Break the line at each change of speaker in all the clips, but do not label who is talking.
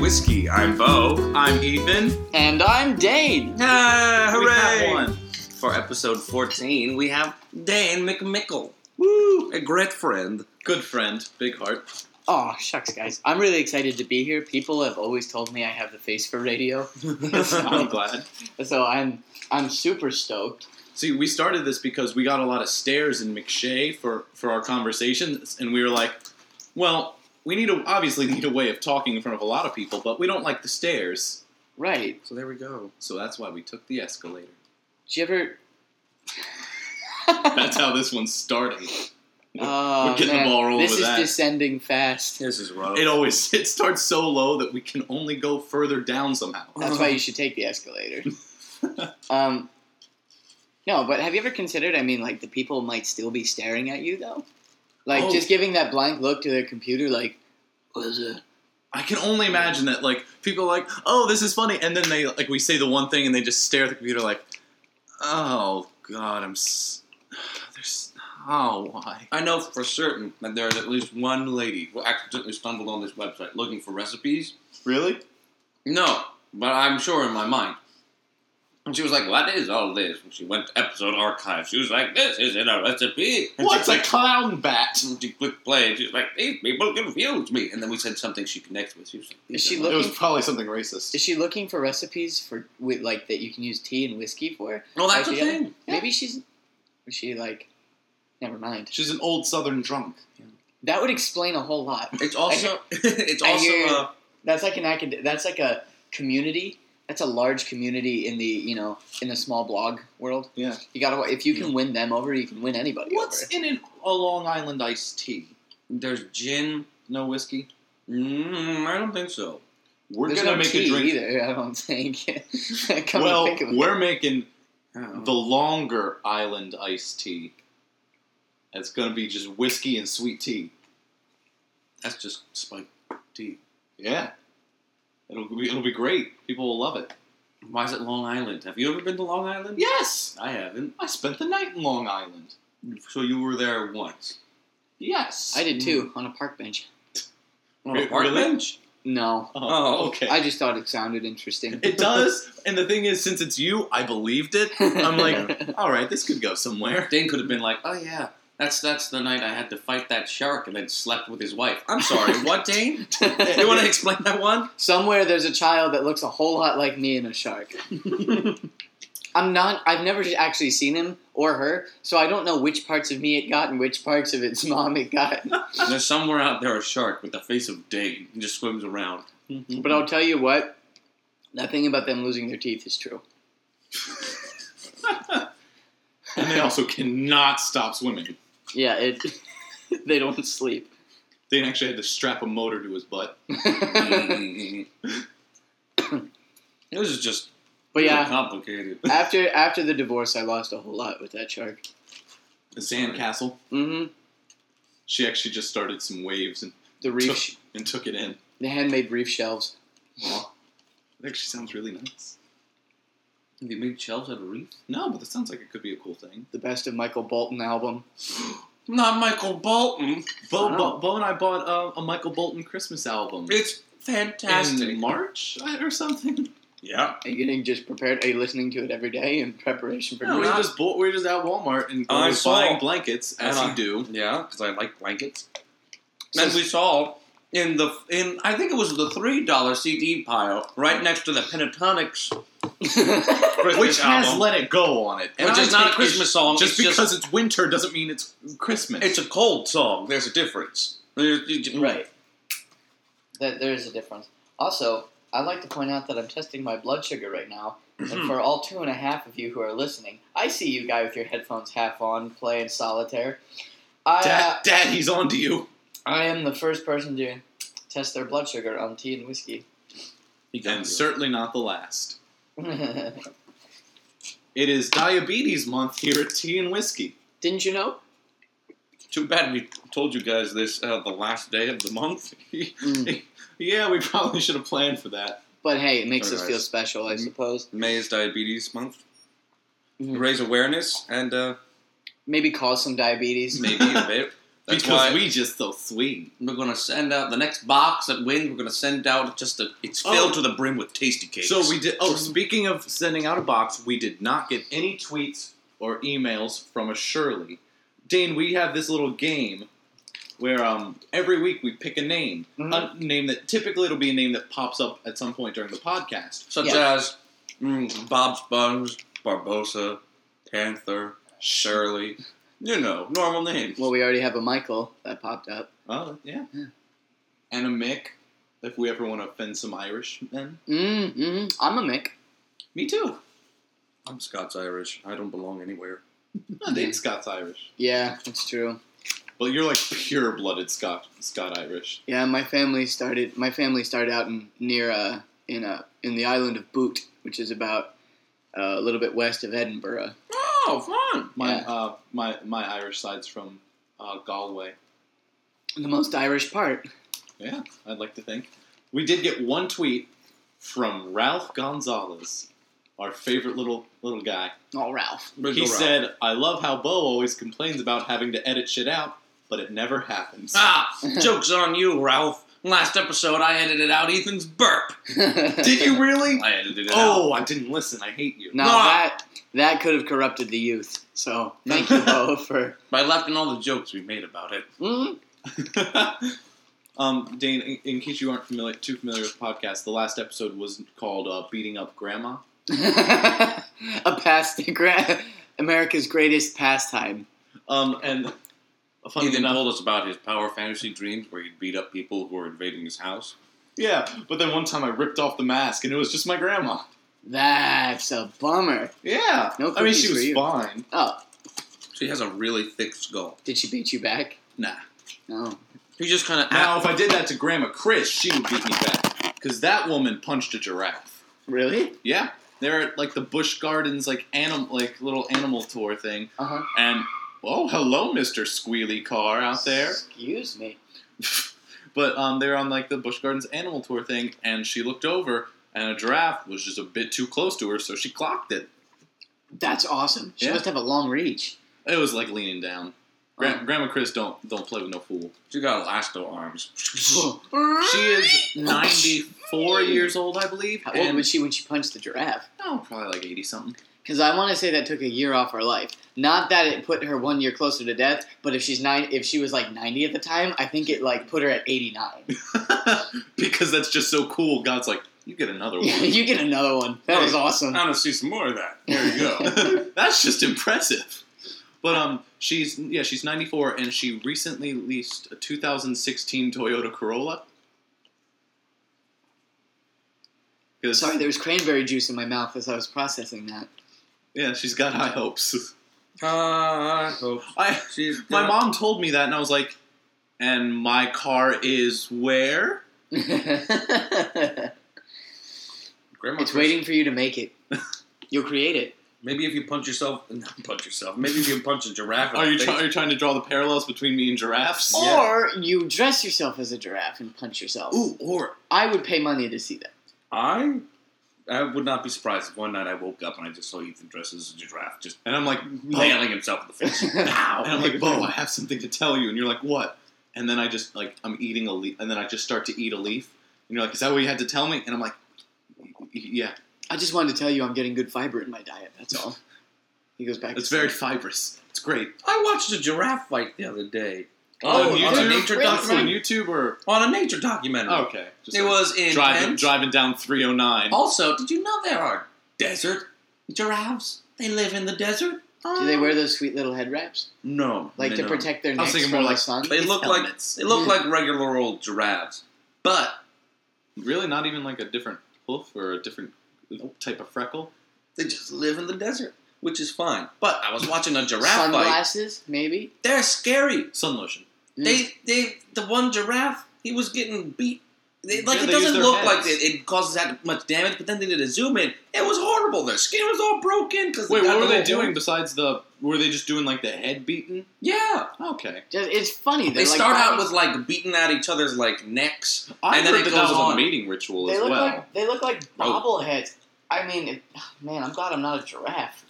Whiskey. I'm Bo.
I'm Ethan.
And I'm Dane.
Ah,
We
hooray!
have one. For episode 14, we have Dan McMickle.
Woo! A great friend.
Good friend, big heart.
Oh, shucks, guys. I'm really excited to be here. People have always told me I have the face for radio,
I'm glad.
so I'm I'm super stoked.
See, we started this because we got a lot of stares in McShay for, for our conversations, and we were like, well, we need a, obviously need a way of talking in front of a lot of people, but we don't like the stares.
Right.
So there we go.
So that's why we took the escalator.
Did you ever?
That's how this one's starting.
oh,
we're getting the
man.
ball rolling
This
with
is
that.
descending fast.
This is rough.
It always it starts so low that we can only go further down somehow.
That's why you should take the escalator. um, no, but have you ever considered? I mean, like the people might still be staring at you though, like
Oh.
just giving that blank look to their computer, like, what is
uh,
it?
I can only imagine that like people are like, oh, this is funny, and then they like we say the one thing and they just stare at the computer like, oh god, I'm s- there's oh why
I know for certain that there is at least one lady who accidentally stumbled on this website looking for recipes.
really?
No, but I'm sure in my mind. And she was like, What is all this? And she went to episode archive. She was like, This isn't a recipe. And
What's
she
a
clicked,
clown bat?
and she clicked play and she was like, These people confuse me. And then we said something she connects with. She was like,
Is she
It was
looking?
probably something racist.
Is she looking for recipes for with like that you can use tea and whiskey for?
No, that's
Like
a
the other-
thing.
Maybe she's. Is she like? Never mind.
She's an old Southern drunk.
That would explain a whole lot.
It's also, it's
I
also,
hear-
uh,
That's like an acad- That's like a community. That's a large community in the you know in the small blog world.
Yeah.
You gotta if you can win them over, you can win anybody
What's
over.
in an, a Long Island iced tea?
there's gin.
No whiskey.
Mm, I don't think so.
We're
There's no
gonna make
tea
a drink.
either. I don't think. Come
well,
to think of it.
we're making
Oh.
the longer island iced tea. It's gonna be just whiskey and sweet tea.
That's just spiked tea.
Yeah, it'll be it'll be great. People will love it.
Why is it Long Island? Have you ever been to Long Island?
Yes,
I haven't.
I spent the night in Long Island.
So you were there once.
Yes,
I did too
Mm.
on a park bench.
On
Re-
a park
really?
bench?
No,
Oh, okay.
I just thought it sounded interesting.
it does, and the thing is, since it's you, I believed it. I'm like, all right, this could go somewhere.
Dane could have been like, "Oh yeah, that's that's the night I had to fight that shark and then slept with his wife." I'm sorry, what, Dane? You want to explain that one?
Somewhere there's a child that looks a whole lot like me and a shark. I'm not. I've never actually seen him or her, so I don't know which parts of me it got and which parts of its mom it got.
There's somewhere out there a shark with the face of Dane and just swims around.
But I'll tell you what, that thing about them losing their teeth is true.
and they also cannot stop swimming.
Yeah, it. they don't sleep.
They actually had to strap a motor to his butt.
but
Mm-mm-mm-mm. this is just
yeah,
complicated.
after after the divorce, I lost a whole lot with that shark.
A sandcastle.
Mm-hmm.
She actually just started some waves and
The reef, sh-
and took it in.
the handmade reef shelves.
It actually sounds really nice.
They make shelves out of reef.
No, but that sounds like it could be a cool thing.
The best of Michael Bolton album.
Not Michael Bolton.
Bo,
Wow.
Bo, Bo and I bought uh, a Michael Bolton Christmas album.
It's fantastic.
in March or something.
Yeah.
Are you getting just prepared? Are you listening to it every day in preparation for?
No,
we
divorce?
not-
just bought, we were just at Walmart and
I
we were
saw-
buying blankets as
Uh,
you do.
Yeah, because I like blankets.
So-
and we saw in the in I think it was the three dollar CD pile right next to the Pentatonics, Christmas
Which has
album,
"Let It Go" on it, and
which
I
is not
take
a Christmas
issue-
song.
Just
it's
because it's winter doesn't mean it's Christmas.
it's a cold song. There's a difference. There- you-
Right. That there is a difference. Also, I'd like to point out that I'm testing my blood sugar right now, and for all two and a half of you who are listening, I see you guy with your headphones half on playing solitaire. I uh,
Dad, Daddy's onto you.
I am the first person to test their blood sugar on tea and whiskey.
And certainly not the last.
Didn't
It is diabetes month here at Tea and Whiskey.
you know?
Too bad we told you guys this uh, the last day of the month.
Yeah, we probably should have planned for that.
But hey, it makes
Sorry,
us
guys.
feel special, I
Mhm.
suppose.
May is Diabetes Month.
Mhm.
Mm. Raise awareness and uh,
Maybe cause some diabetes.
maybe a bit. That's
because
why
we just so sweet.
we're gonna send out the next box that wins. We're gonna send out just a. It's filled to
Oh.
the brim with tasty cakes.
So we did. Oh, speaking of sending out a box, we did not get any tweets or emails from a Shirley. Dane, we have this little game where um, every week we pick a name, a name that typically it'll be a name that pops up at some point during the podcast.
such
Yeah.
as mm, Bob Sponge, Barbosa, Panther, Shirley. You know, normal names.
Well, we already have a Michael that popped up.
Oh yeah,
Yeah.
and a Mick. If we ever want to offend some Irish men,
Mm, mm, I'm a Mick.
me too.
I'm Scots Irish. I don't belong anywhere.
I think Scots Irish.
Yeah, that's true.
Well, you're like pure blooded Scot Scott Irish.
Yeah, my family started. My family started out in near uh, in uh, in the island of Boot, which is about uh, a little bit west of Edinburgh.
Oh, fun.
My
Yeah.
uh, my my Irish side's from uh, Galway.
The most Irish part.
Yeah, I'd like to think. We did get one tweet from Ralph Gonzalez, our favorite little little guy.
Oh, Ralph.
He said, "I love how Bo always complains about having to edit shit out, but it never happens."
Ah, joke's on you, Ralph. Last episode, I edited out Ethan's burp.
did you really?
I edited it out.
Oh, I didn't listen. I hate you.
Now
Ah.
that that could have corrupted the youth. So thank you, Bo, for.
By laughing all the jokes we made about it.
Mm,
um, Dane, in, in case you aren't familiar, too familiar with the podcast, the last episode was called uh, "Beating Up Grandma."
a past gra- America's greatest pastime.
Um, and funny
Ethan
enough,
told us about his power fantasy dreams where he'd beat up people who were invading his house.
yeah. But then one time I ripped off the mask, and it was just my grandma.
That's a bummer.
Yeah,
No
I mean
cookies
she
for
was
you.
fine.
Oh,
She has a really thick skull.
did she beat you back?
Nah.
No.
He just kind of.
Now, if I did that to Grandma Chris, she would beat me back because that woman punched a giraffe.
Really?
Yeah, they're at like the Bush Gardens, like animal, like little animal tour thing,
Uh huh.
and oh, hello, Mister Squealy Car out there.
Excuse me.
But um, they're on like the Bush Gardens animal tour thing, and she looked over, and a giraffe was just a bit too close to her, so she clocked it.
That's awesome. She
Yeah.
must have a long reach.
It was like leaning down. Gra-
Oh.
Grandma Chris don't don't play with no fool.
She got elasto arms.
She is ninety four years old, I believe.
How
and
old was she when she punched the giraffe?
Oh, probably like eighty something.
Because I want to say that took a year off her life. Not that it put her one year closer to death, but if she's nine, if she was like ninety at the time, I think it like put her at eighty nine.
because that's just so cool. God's like, you get another one.
you get another one. That was
Hey. um,
awesome.
I want to see some more of that. There you go.
that's just impressive. But um, she's yeah, she's 94, and she recently leased a 2016 Toyota Corolla. Because
Sorry, there was cranberry juice in my mouth as I was processing that.
yeah, she's got high hopes.
Ah, I hope
I
she's
my
got-
mom told me that, and I was like, and my car is where?
it's
Grandma Chris,
waiting for you to make it. You'll create it.
Maybe if you punch yourself, not punch yourself. Maybe if you punch a giraffe. in
Are
the
you
face.
try- are you trying to draw the parallels between me and giraffes?
Oh.
Yeah.
Or you dress yourself as a giraffe and punch yourself.
Ooh, or
I would pay money to see that.
I, I would not be surprised if one night I woke up and I just saw Ethan dressed as a giraffe, just
And I'm like, "Bo,
nailing himself in the face.
And I'm like, Bo, I have something to tell you. And you're like, what? And then I just like, I'm eating a leaf, and then I just start to eat a leaf. And you're like, is that what you had to tell me? And I'm like, "Y- y- yeah,
I just wanted to tell you I'm getting good fiber in my diet. That's all. He goes back.
it's
to
very fibrous. It's great.
I watched a giraffe fight the other day.
Oh,
on,
you
on a
do?
nature
Really?
On
documentary.
YouTube or
On a nature documentary.
Oh, okay, just
it
like
was Oh. in
driving
Kent.
driving down 309.
Also, did you know there are desert giraffes? They live in the desert. Ah.
Do they wear those sweet little head wraps,
No,
like
they
to
don't.
protect their
I was
necks
thinking
from
more
the
like
sun?
They look like
helmets.
they look
Yeah.
like regular old giraffes, but
Really, not even like a different hoof or a different type of freckle.
They just live in the desert, which is fine. But I was watching a giraffe fight.
Sunglasses, maybe. Mm.
They're scary.
Sun lotion.
They they the one giraffe he was getting beat. They, like
Yeah,
it
they use
doesn't
their
look
heads.
like it, it causes that much damage, but then they did a zoom in. It was horrible. Their skin was all broken. 'cause
Wait,
got
what
the
were they
little
doing
horns.
besides the? Were they just doing like the head beating?
Yeah,
Okay,
Just, it's funny.
they
they're like
start out
bodies-
with like beating at each other's like necks.
I
And then
heard
it
that
goes
that was
on.
a mating ritual
They
as
look
well.
like they look like
Oh.
bobbleheads. I mean, it, man, I'm glad I'm not a giraffe.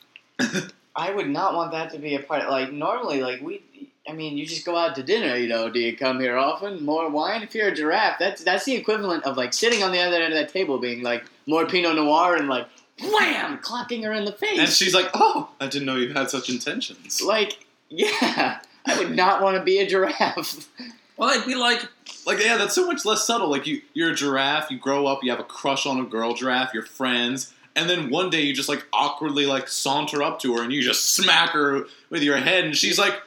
I would not want that to be a part. Like normally, like we, I mean, you just go out to dinner. You know, do you come here often? More wine. If you're a giraffe, that's that's the equivalent of like sitting on the other end of that table, being like more Pinot Noir and like wham, clocking her in the face.
And she's like, "Oh, I didn't know you had such intentions."
like, yeah, I would not want to be a giraffe.
Well, it'd be like
Like, yeah, that's so much less subtle. Like, you you're a giraffe. You grow up. You have a crush on a girl giraffe. You're friends, and then one day you just like awkwardly like saunter up to her and you just smack her with your head, and she's like,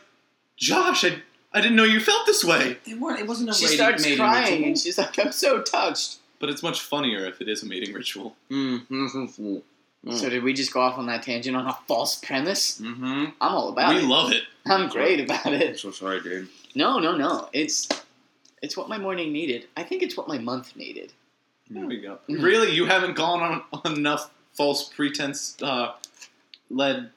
"Josh, I, I didn't know you felt this way."
they weren't. It wasn't a
She
lady
starts
mating
crying
ritual.
and she's like, "I'm so touched."
But it's much funnier if it is a mating ritual.
Mm.
So did we just go off on that tangent on a false premise?
Mm-hmm.
I'm all about
we
it.
love it.
I'm great about
I'm
it.
so sorry, dude.
No, no, no. It's it's what my morning needed. I think it's what my month needed.
There we go.
Mm-hmm.
Mhm.
Really, you haven't gone on, on enough false pretense uh, led.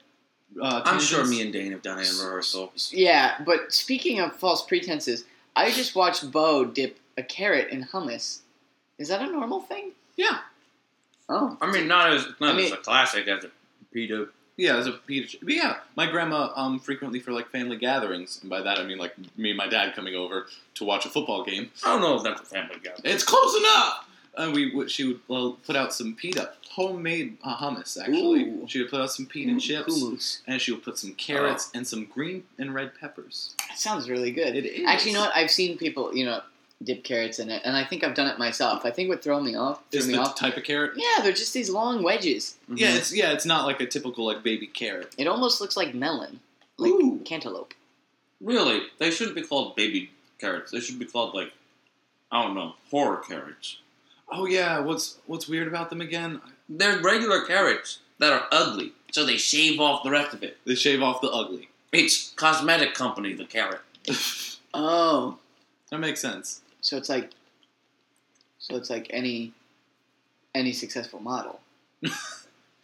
Uh,
I'm sure
tangents.
me and Dane have done it in rehearsal.
Yeah, but speaking of false pretenses, I just watched Bo dip a carrot in hummus. Is that a normal thing?
Yeah.
Oh,
I mean, not as not
I mean-
as a classic as a Peter.
Yeah, as a Peter. But yeah, my grandma um frequently for like family gatherings, and by that I mean like me and my dad coming over to watch a football game.
I don't know if that's a family guy.
It's close enough. And we would- she would well, put out some pita, homemade uh, hummus actually.
Ooh. Mm,
She would put out some pita chips,
Coolous.
and she would put some carrots and some green and red peppers.
That sounds really good.
It is
Actually, you know what? I've seen people, you know, dip carrots in it, and I think I've done it myself. I think what threw me off, threw
Is
me
the
off.
type of carrot?
Yeah, they're just these long wedges.
Mm-hmm.
Yeah, it's yeah, it's not like a typical like baby carrot.
It almost looks like melon,
Mm-hmm.
like
Ooh.
cantaloupe.
Really, they shouldn't be called baby carrots. They should be called like I don't know horror carrots.
Oh yeah, what's what's weird about them again?
They're regular carrots that are ugly, so they shave off the rest of it.
They shave off the ugly.
It's cosmetic company the carrot.
Oh,
That makes sense.
so it's like, so it's like any, any successful model.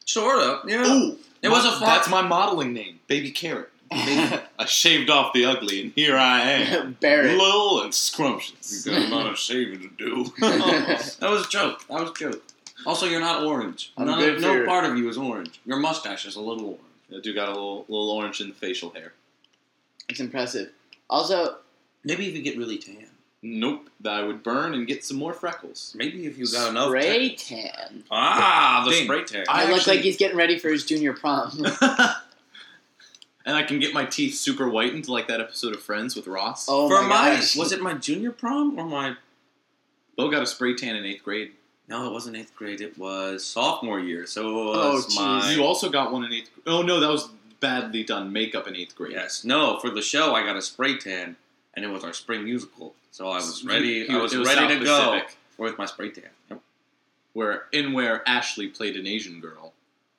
Sort of. Yeah.
Ooh,
It was a
my-
far-
that's my modeling name, Baby Carrot. I shaved off the ugly, and here I am,
Barrett.
little and scrumptious.
You got a lot of shaving to do.
oh,
That was a joke. That was a joke. Also, you're not orange.
I'm
None
good
of-
for
no
your-
part of you is orange. Your mustache is a little orange.
I do got a little, little orange in the facial hair.
It's impressive. Also,
Maybe if you get really tan.
Nope, that I would burn and get some more freckles.
Maybe if you got enough.
spray
tan-
tan.
Ah, the
Ding.
spray tan.
I
I look
actually-
like he's getting ready for his junior prom.
and I can get my teeth super whitened, like that episode of Friends with Ross.
Oh
for
my,
my,
gosh.
was it my junior prom or my?
Bo got a spray tan in eighth grade.
No, it wasn't eighth grade. It was sophomore year. So it
Oh,
was
jeez.
my.
You also got one in eighth. Oh no, that was badly done makeup in eighth grade.
Yes. No, for the show I got a spray tan, and it was our spring musical. So I was ready.
He- he
I was
it
ready
South
to go
Pacific,
with my spray tan. Yep.
Where in where Ashley played an Asian girl.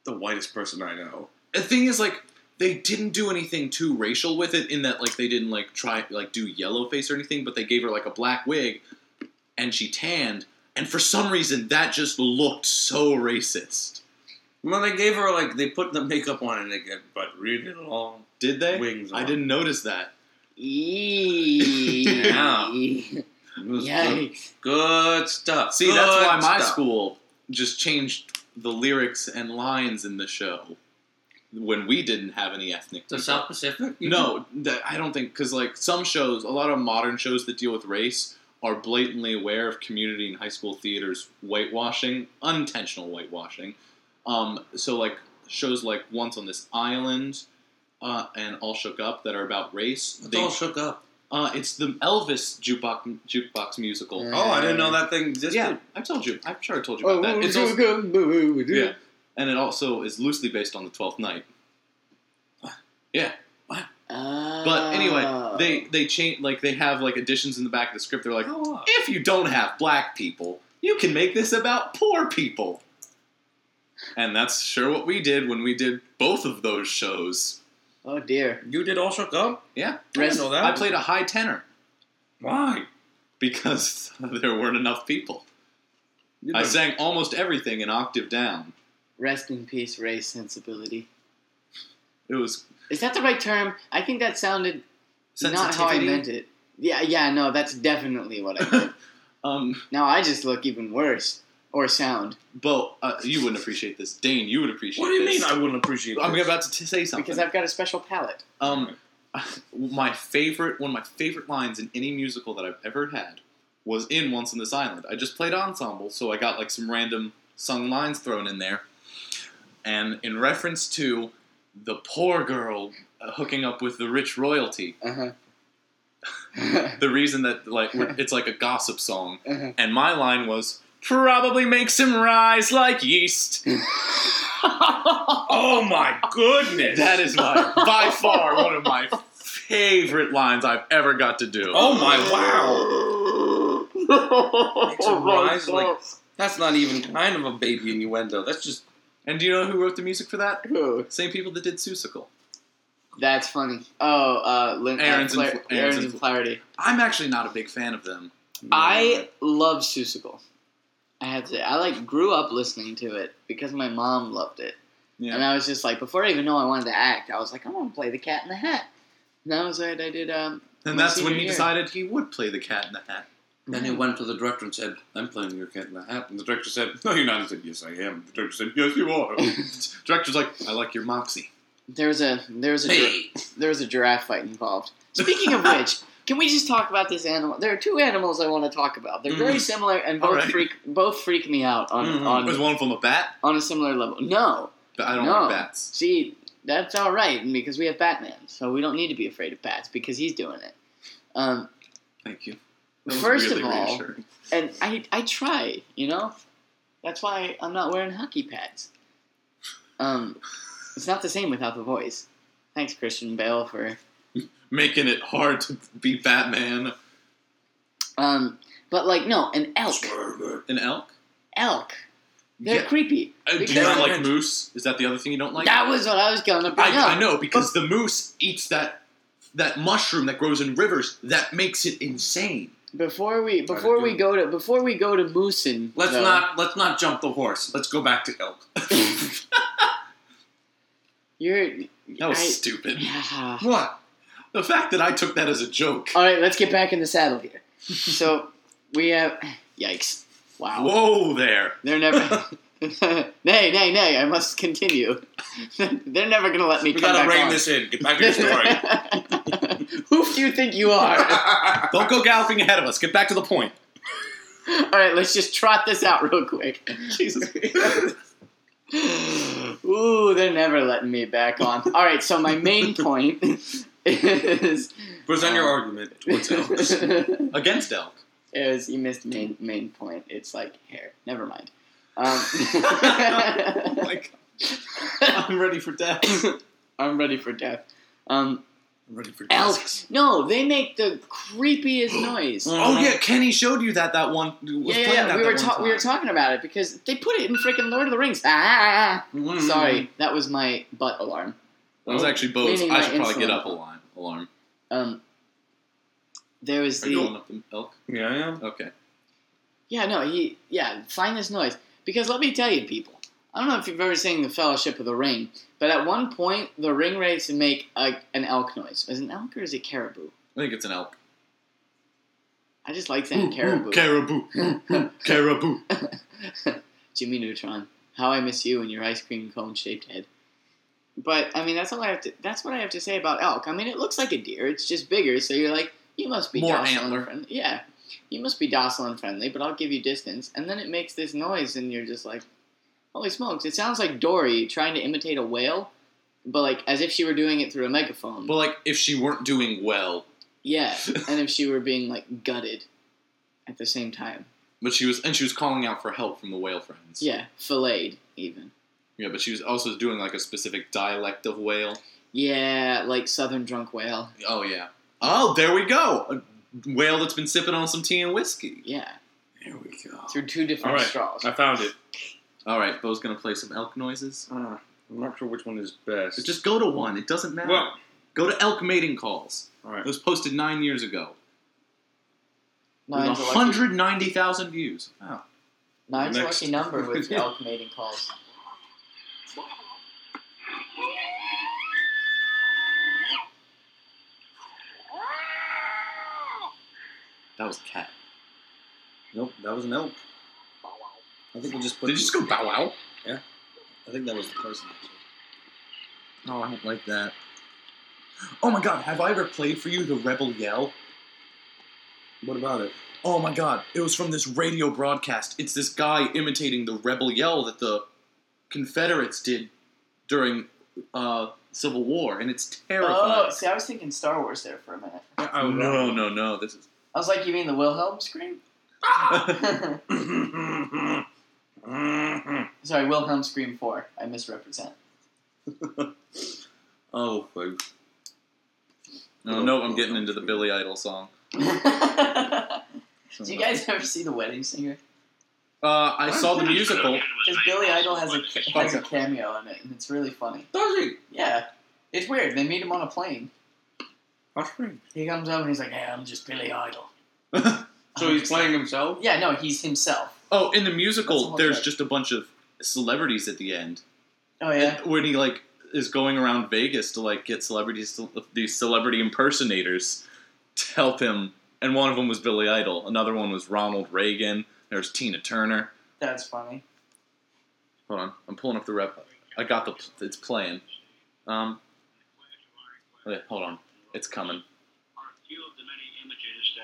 The whitest person I know.
The thing is, like, they didn't do anything too racial with it in that, like, they didn't like try like do yellow face or anything, but they gave her like a black wig, and she tanned, and for some reason that just looked so racist.
Well, they gave her like they put the makeup on and they get but really long
Did they?
wings. On.
I didn't notice that.
Eee.
Yeah. It was good,
Yikes.
good stuff.
See, that's
Good
why my
stuff.
school just changed the lyrics and lines in the show when we didn't have any ethnic.
The
people.
South Pacific. You
No, that, I don't think because like some shows, a lot of modern shows that deal with race are blatantly aware of community and high school theaters whitewashing, unintentional whitewashing. Um, so like shows like Once on This Island uh, and All Shook Up that are about race.
It's
They,
all shook up.
uh, it's the Elvis jukebox jukebox musical.
Yeah.
Oh, I didn't know that thing existed.
yeah, I've told you. I'm sure I told you about that. It's also, yeah, and it also is loosely based on the Twelfth Night.
Ah.
But anyway, they
Oh.
they change like they have like additions in the back of the script. They're like,
Go on.
if you don't have black people, you can make this about poor people. And that's sure what we did when we did both of those shows.
Oh dear.
You did all shook up.
Yeah,
I didn't know that.
I played a high tenor
Why?
because there weren't enough people. I sang almost everything in octave down.
Rest in peace, race sensibility.
It was
Is that the right term? I think that sounded not how I
sensitivity.
meant it. Yeah, yeah, no, that's definitely what I meant.
Um,
now I just look even worse. Or sound.
Bo, uh, you wouldn't appreciate this. Dane, you would appreciate.
What do you
this.
mean? I wouldn't appreciate.
I'm
this?
about to t- say something.
Because I've got a special palate.
Um, my favorite one of my favorite lines in any musical that I've ever had was in Once on This Island. I just played ensemble, so I got like some random sung lines thrown in there. And in reference to the poor girl uh, hooking up with the rich royalty,
Uh-huh.
the reason that like we're- it's like a gossip song,
Uh-huh.
and my line was probably makes him rise like yeast.
Oh my goodness!
That is my by far one of my favorite lines I've ever got to do.
Oh my wow! Makes
Oh
him rise like- that's not even kind of a baby innuendo. That's just
And do you know who wrote the music for that?
Ooh,
Same people that did Seussical.
That's funny. Oh, uh, Lin- uh,
Aaron's and
Fla-
Fl- Aaron's
Aaron's
and
and
Fl-
Flaherty.
I'm actually not a big fan of them.
I love Susicle. I have to. I like grew up listening to it because my mom loved it,
Yeah.
and I was just like, before I even know I wanted to act, I was like, I want to play the Cat in the Hat. And that was what I did. Um,
And
my
that's when
senior
he
year.
decided he would play the cat in the hat.
Then he went to the director and said, "I'm playing your cat in the hat." And the director said, "No, you're not." I said, "Yes, I am." The director said, "Yes, you are."
Director's like, I like your moxie.
There was a there was a gir-
hey,
there was a giraffe fight involved. Speaking of which, can we just talk about this animal? There are two animals I want to talk about. They're very
Mm.
similar and both
Alright.
freak both freak me out on
Mm.
Was
on,
Mm-hmm. one of them a bat?
on a similar level. No,
But I don't
No.
like bats.
see that's all right because we have Batman, so we don't need to be afraid of bats because he's doing it. Um,
Thank you. That was
First
really
of all-
reassuring.
and I I try, you know. That's why I'm not wearing hockey pads. Um, it's not the same without the voice. Thanks, Christian Bale, for
making it hard to be Batman.
um. But like, no, an elk,
An elk?
elk. They're
Yeah.
creepy.
Uh, do you
Because-
not like moose? Is that the other thing you don't like?
that was what I was gonna bring up.
I, I know because the moose eats that that mushroom that grows in rivers that makes it insane.
Before we
Try to
before
do
we
it.
go to before we go to moosin,
let's
though,
not let's not jump the horse. Let's go back to elk.
You're
That was
I-
stupid.
yeah.
What? The fact that I took that as a joke.
All right, let's get back in the saddle here. So we have yikes! Wow.
Whoa there.
They're never. nay, nay, nay! I must continue. They're never going to let me
We
come
gotta
back
rein
on.
this in. Get back to the story.
Who do you think you are?
Don't go galloping ahead of us. Get back to the point.
All right, let's just trot this out real quick.
Jesus.
Ooh, they're never letting me back on. All right, so my main point is
Present your argument towards elk.
Against elk.
is you missed main main point. It's like hair. Never mind. Um,
Like I'm ready for death.
I'm ready for death. Um,
I'm ready for
elk.
Jesus.
No, they make the creepiest noise.
Oh yeah, Kenny showed you that that one. Was
Yeah,
playing
yeah, yeah.
That
we
that
were
one
ta- we were
time.
talking about it because they put it in freaking Lord of the Rings. Ah,
Mm-hmm.
Mhm.
sorry, that was my butt alarm.
That was actually Bo's.
Meaning
I
my
should probably get
insulin.
up alarm. Alarm.
Um, there was
Are you
the
going up the elk?
Yeah, yeah.
Okay.
yeah, no, he yeah, find this noise because let me tell you, people. I don't know if you've ever seen the Fellowship of the Ring, but at one point the ring raised and make a, an elk noise. Is it an elk or is it caribou?
I think it's an elk.
I just like saying Mm, caribou.
Mm, Caribou. Caribou.
Jimmy Neutron, How I Miss You and Your Ice Cream Cone Shaped Head. But I mean, that's all I have to. That's what I have to say about elk. I mean, it looks like a deer. It's just bigger. So you're like, you must be
More
docile
antler.
and friendly. Yeah, you must be docile and friendly. But I'll give you distance. And then it makes this noise, and you're just like, holy smokes! It sounds like Dory trying to imitate a whale, but like as if she were doing it through a megaphone.
But like, if she weren't doing well,
yeah, and if she were being like gutted at the same time.
but she was, and she was calling out for help from the whale friends.
Yeah, filleted even.
Yeah, but she was also doing like a specific dialect of whale.
Yeah, like Southern Drunk Whale.
Oh yeah. Oh, there we go. A whale that's been sipping on some tea and whiskey.
Yeah,
Here we go.
through two different
All right.
straws.
I found it.
All right, Bo's gonna play some elk noises.
Uh, I'm not sure which one is best.
Just go to one. It doesn't matter.
well.
go to elk mating calls.
All right.
It was posted nine years ago. With
Nine's a lucky-
190,000 views. Wow.
nine's a
Next.
lucky number with elk mating calls.
That was cat.
Nope, that was an elk. I think we'll just put.
Did you just go bow wow?
I think that was the person.
Oh, I don't like that. Oh my god, have I ever played for you the Rebel Yell?
What about it?
Oh my god, it was from this radio broadcast. It's this guy imitating the Rebel Yell that the Confederates did during uh, Civil War, and it's
Oh,
terrifying.
see, I was thinking Star Wars there for a minute.
Oh no, no, no! This is
I was like, you mean the Wilhelm scream?
Ah!
Sorry, Wilhelm scream four. I misrepresent.
oh. I-
Oh,
No, no, I'm getting into the Billy Idol song.
Do you guys ever see The Wedding Singer?
Uh, I saw the musical.
Because Billy Idol has a has a cameo in it, and it's really funny.
Does he?
Yeah, it's weird. They meet him on a plane.
How strange.
He comes up and he's like, "Hey, I'm just Billy Idol."
So he's playing himself?
Yeah, no, he's himself.
Oh, in the
That's a
musical,
whole
there's
thing.
just a bunch of celebrities at the end.
Oh yeah.
when he like is going around Vegas to like get celebrities, to, these celebrity impersonators to help him. And one of them was Billy Idol. Another one was Ronald Reagan. There's Tina Turner.
That's funny.
Hold on, I'm pulling up the rep. I got the. It's playing. Um. wait, hold on, it's coming.
are a few of the many images that.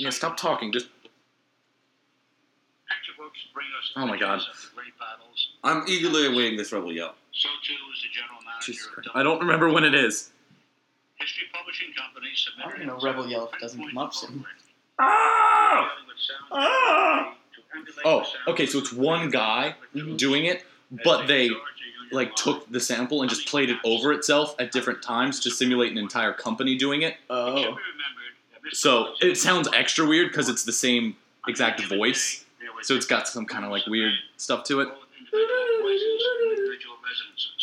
Yeah, stop talking. Just
Picture books bring us.
Oh my God.
images of the Great battles.
I'm eagerly awaiting this Rebel Yell.
So too is the general manager
Jesus
of
Christ.
Dublin.
I don't remember when it is.
History Publishing Company
I
submitted.
don't know, Rebel Yell doesn't come up soon.
Ah! Oh, okay. So it's one guy doing it, but they like took the sample and just played it over itself at different times to simulate an entire company doing it.
Oh,
So it sounds extra weird because it's the same exact voice. So it's got some kind of like weird stuff to it.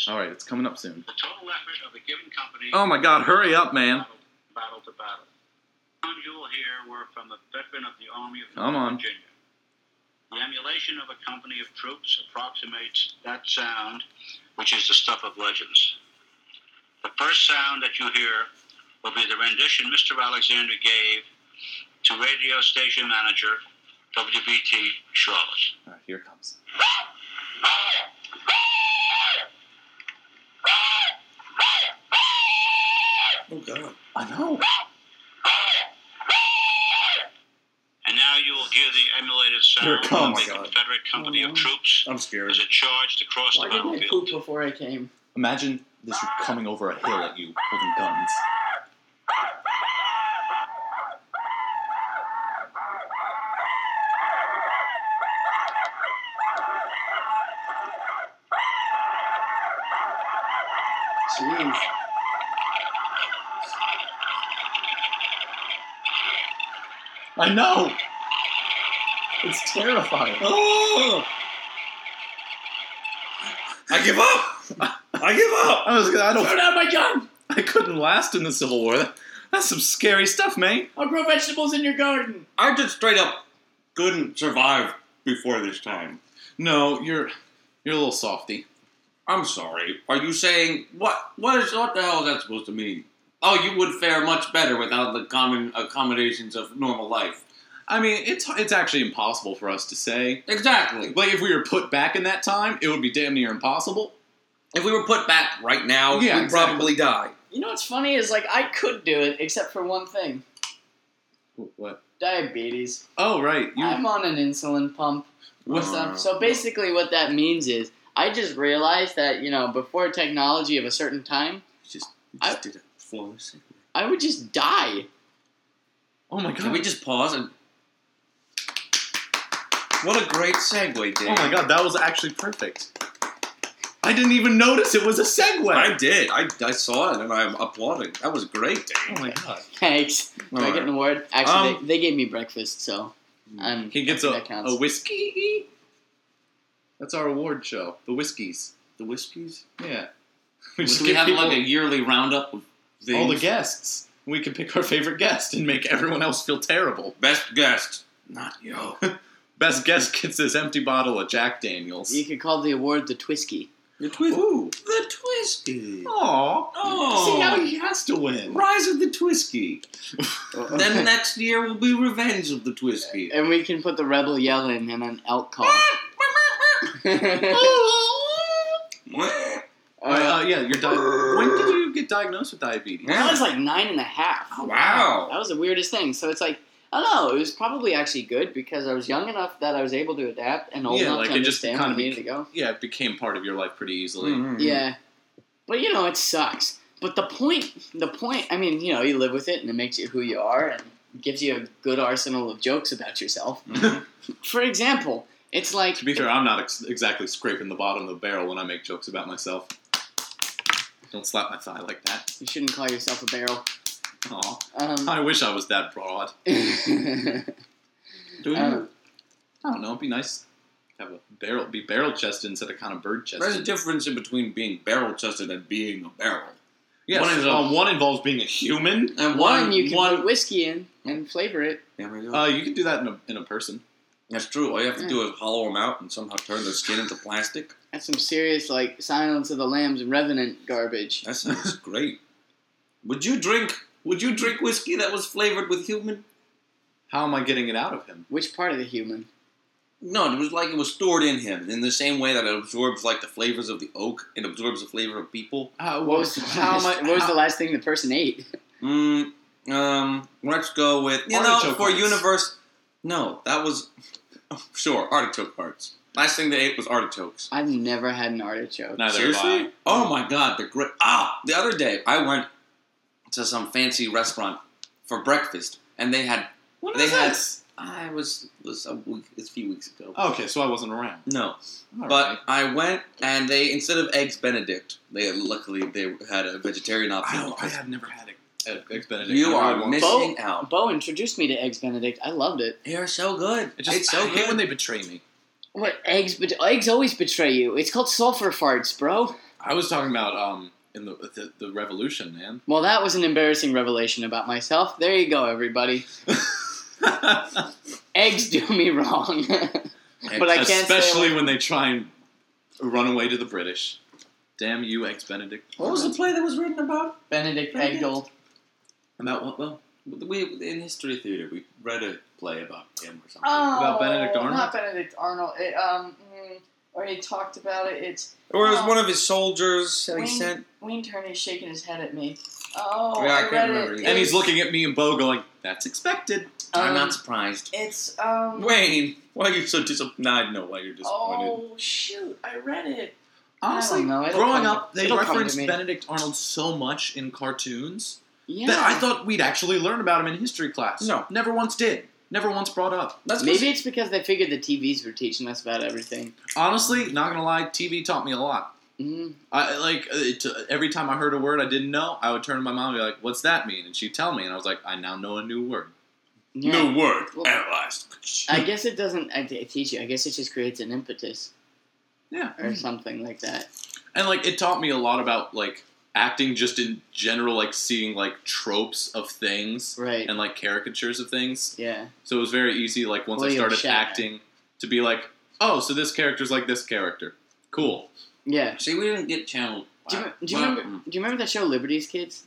All right, it's coming up soon.
The total effort of a given company.
Oh my God, hurry up, man!
Battle to battle. On Yule here were from a veteran of the Army of
Come on.
Northern Virginia. The emulation of a company of troops approximates that sound, which is the stuff of legends. The first sound that you hear will be the rendition Mr. Alexander gave to radio station manager WBT Charlotte.
All right, here it comes.
Oh, God.
I know.
And now you will hear the emulated
Here
sound
it comes.
of
Oh
the
my God.
Confederate Company
Oh,
of
no.
Troops
I'm scared.
as it charged across
why
the
didn't I
battlefield.
poop before I came?
Imagine this coming over a hill at you holding guns.
Jeez.
I know. It's terrifying.
Oh! I give up! I give up!
I was. I
Throw
don't.
down my gun!
I couldn't last in the Civil War. That- That's some scary stuff, man.
I'll grow vegetables in your garden.
I just straight up couldn't survive before this time.
No, you're you're a little softy.
I'm sorry. Are you saying what? What is what the hell is that supposed to mean? Oh, you would fare much better without the common accommodations of normal life.
I mean, it's it's actually impossible for us to say.
Exactly.
Like if we were put back in that time, it would be damn near impossible.
If we were put back right now,
Yeah,
we'd
exactly.
probably die.
You know what's funny is like I could do it except for one thing:
What?
diabetes.
Oh right, you. Uh.
I'm on an insulin pump.
What?
So,
Um,
so basically, what that means is I just realized that you know before technology of a certain time,
Just,
I-
just did it flawlessly.
I would just die.
oh my
Can
god.
we just pause and? What a great segue,
oh
Dan.
my god, that was actually perfect. I didn't even notice it was a segue.
I did. I, I saw it and I'm applauding. That was great,
oh
Dan.
my god.
Thanks. Do I get an award? Actually,
Um,
they, they gave me breakfast, so I'm.
He gets
I
a,
think that counts.
a whiskey. That's our award show. The whiskeys.
The whiskeys.
Yeah.
We,
just
we
give
have
people
like a yearly roundup of things.
all the guests. We can pick our favorite guest and make everyone else feel terrible.
Best guest, not yo.
Best guest gets this empty bottle of Jack Daniels.
You could call the award the Twisky.
the twist.
Ooh.
The twisty.
Aw.
Oh.
See now he has to win.
Rise of the Twisky. then next year will be Revenge of the Twisky.
And we can put the rebel yell in and an elk call.
Oh.
Alright.
Uh, di- yeah, you're di- When did you get diagnosed with diabetes?
Yeah.
I was like nine and a half.
wow.
That was the weirdest thing. So it's like, I don't know. It was probably actually good because I was young enough that I was able to adapt and old
Yeah,
enough
like,
to
it just Hmm.
understand what
kind
I
of
needed to go.
Yeah, it became part of your life pretty easily.
Mhm.
Yeah, but you know it sucks. But the point, the point. I mean, you know, you live with it, and it makes you who you are, and gives you a good arsenal of jokes about yourself.
Mm-hmm.
For example, it's like
To be fair, I'm not ex- exactly scraping the bottom of the barrel when I make jokes about myself. Don't slap my thigh like that.
you shouldn't call yourself a barrel.
Aw.
Um,
I wish I was that broad. Do you?
Mm-hmm.
Um,
I don't know. It'd be nice to have a barrel, be barrel chested instead of kind of bird
There's a
chested.
difference in between being barrel chested and being a barrel.
Yes.
One
One,
is a-
one involves being a human.
And
one you can
one-
put whiskey in and flavor it.
Yeah, we do.
Uh, you can do that in a, in a person.
That's true. All you have to do is hollow them out and somehow turn their skin into plastic.
That's some serious like Silence of the Lambs Revenant garbage.
That sounds great. Would you drink? Would you drink whiskey that was flavored with human?
How am I getting it out of him?
Which part of the human?
No, it was like it was stored in him in the same way that it absorbs like the flavors of the oak. It absorbs the flavor of people.
Uh,
What was the
how
last,
am I,
what was
how-
the last thing the person ate?
Mm, um, let's go with you know
Artichoke
for
hearts.
universe. No, that was sure artichoke hearts. Last thing they ate was artichokes.
I've never had an artichoke.
Neither have
Seriously? Oh my god, the great ah! The other day I went to some fancy restaurant for breakfast, and they had
When
They
was
had-
this?
I was was a week, it's a few weeks ago.
Okay, so I wasn't around.
No,
All
but
right.
I went and they instead of eggs Benedict, they luckily they had a vegetarian option.
I, I
because
have never had a, a eggs Benedict. I
you
really
are
want-
missing out.
Bo introduced me to eggs Benedict. I loved it.
They're so good.
It just,
it's so
I hate
good.
when they betray me.
What eggs? Bet- eggs always betray you. It's called sulfur farts, bro.
I was talking about um in the the, the revolution, man.
Well, that was an embarrassing revelation about myself. There you go, everybody. Eggs do me wrong, but I can't.
Especially
say
when they try and run away to the British. Damn you, ex Benedict.
what was the play that was written about?
Benedict
Benedict.
Eggle.
About what? Well, we in history theater we read a play about him or something.
Um,
About Benedict Arnold?
Oh, Not Benedict Arnold. It, um, mm, already talked about it. It's
or it was one of his soldiers that he
Wing-
sent.
Wayne Turney's shaking his head at me. Oh,
Yeah, I
read
can't remember
it.
either.
And he's looking at me and Bo going, That's expected.
I'm
Um,
not surprised.
It's um.
Wayne, why are you so disappointed? Nah, I know why you're disappointed.
Oh shoot! I read it.
Honestly,
know, it'll
growing
come-
up, they
it'll come to
referenced
me.
Benedict Arnold so much in cartoons
Yeah.
that I thought we'd actually learn about him in history class.
No.
Never once did. Never once brought up.
That's 'cause-
Maybe it's because they figured the TVs were teaching us about everything.
Honestly, not gonna lie, TV taught me a lot.
Mm.
I like uh, it, every time I heard a word I didn't know, I would turn to my mom and be like, "What's that mean?" And she'd tell me, and I was like, "I now know a new word."
Yeah.
no word
Well-
analyzed.
I guess it doesn't I d- teach you. I guess it just creates an impetus
Yeah,
or something like that.
and like it taught me a lot about like acting, just in general, like seeing like tropes of things
Right.
and like caricatures of things.
Yeah.
So it was very easy. Like once I
William
started
Shatner.
acting, to be like, "Oh, so this character's like this character." Cool.
Yeah.
See, we didn't get channeled.
Do you, do you remember? Do you remember that show Liberty's Kids?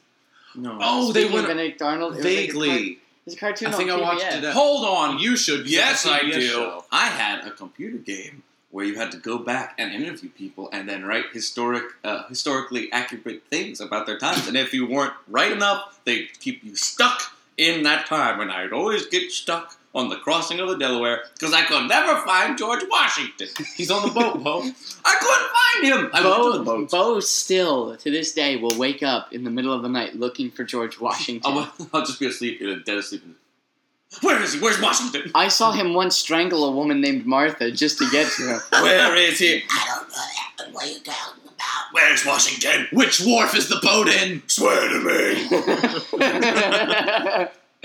No.
Oh, they
Speaking of
went
Benedict Arnold. it was like a cart-
vaguely.
It was a cartoon.
I think
on
I watched
PBS.
it. At,
Hold on.
Um, you should. 'cause
Yes,
it's a
I
PBS
do.
show.
I had a computer game where you had to go back and interview people and then write historic, uh, historically accurate things about their times. and if you weren't right enough, they keep you stuck in that time. And I'd always get stuck on the crossing of the Delaware because I could never find George Washington.
He's on the boat, Bo.
I couldn't find him. I went to the
Bo,
boat.
Bo still to this day will wake up in the middle of the night looking for George Washington.
Oh,
I went- I'll just be asleep, in a dead asleep. in the- Where is he? Where's Washington?
I saw him once strangle a woman named Martha just to get to her.
Where is he?
I don't know that, but what are you talking about?
Where's Washington?
Which wharf is the boat in?
Swear to me.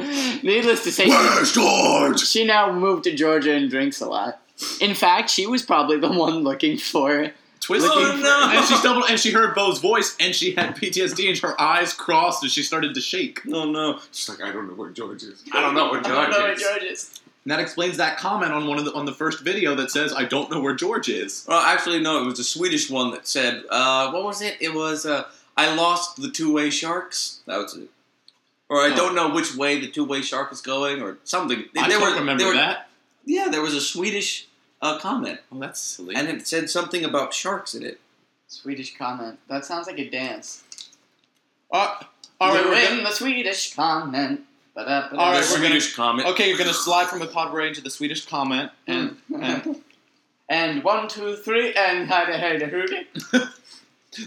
Needless to say,
Where's George?
she now moved to Georgia and drinks a lot. In fact, she was probably the one looking for.
Twisted.
Oh, no.
And she stumbled, and she heard Bo's voice, and she had PTSD, and her eyes crossed, and she started to shake.
No, no. She's like, I don't know where George is. I don't know where
I
George
don't know where
is.
George is.
And that explains that comment on one of the, on the first video that says, "I don't know where George is."
Well, actually, no. It was a Swedish one that said, uh, "What was it? It was uh, I lost the two-way sharks." That was it. Or I
Oh.
don't know which way the two-way shark is going, or something.
I
There
don't
were-
remember
there were-
that.
Yeah, there was a Swedish uh, comment,
Oh, that's silly.
and it said something about sharks in it.
Swedish comment. That sounds like a dance.
Uh, all right,
You're
we're
in
gonna-
the Swedish comment. Ba-da-ba-da.
All right,
the
we're gonna-
Swedish comment.
Okay, you're gonna slide from the pod into the Swedish comment, and, and
And one, two, three, and hide, hide, hide.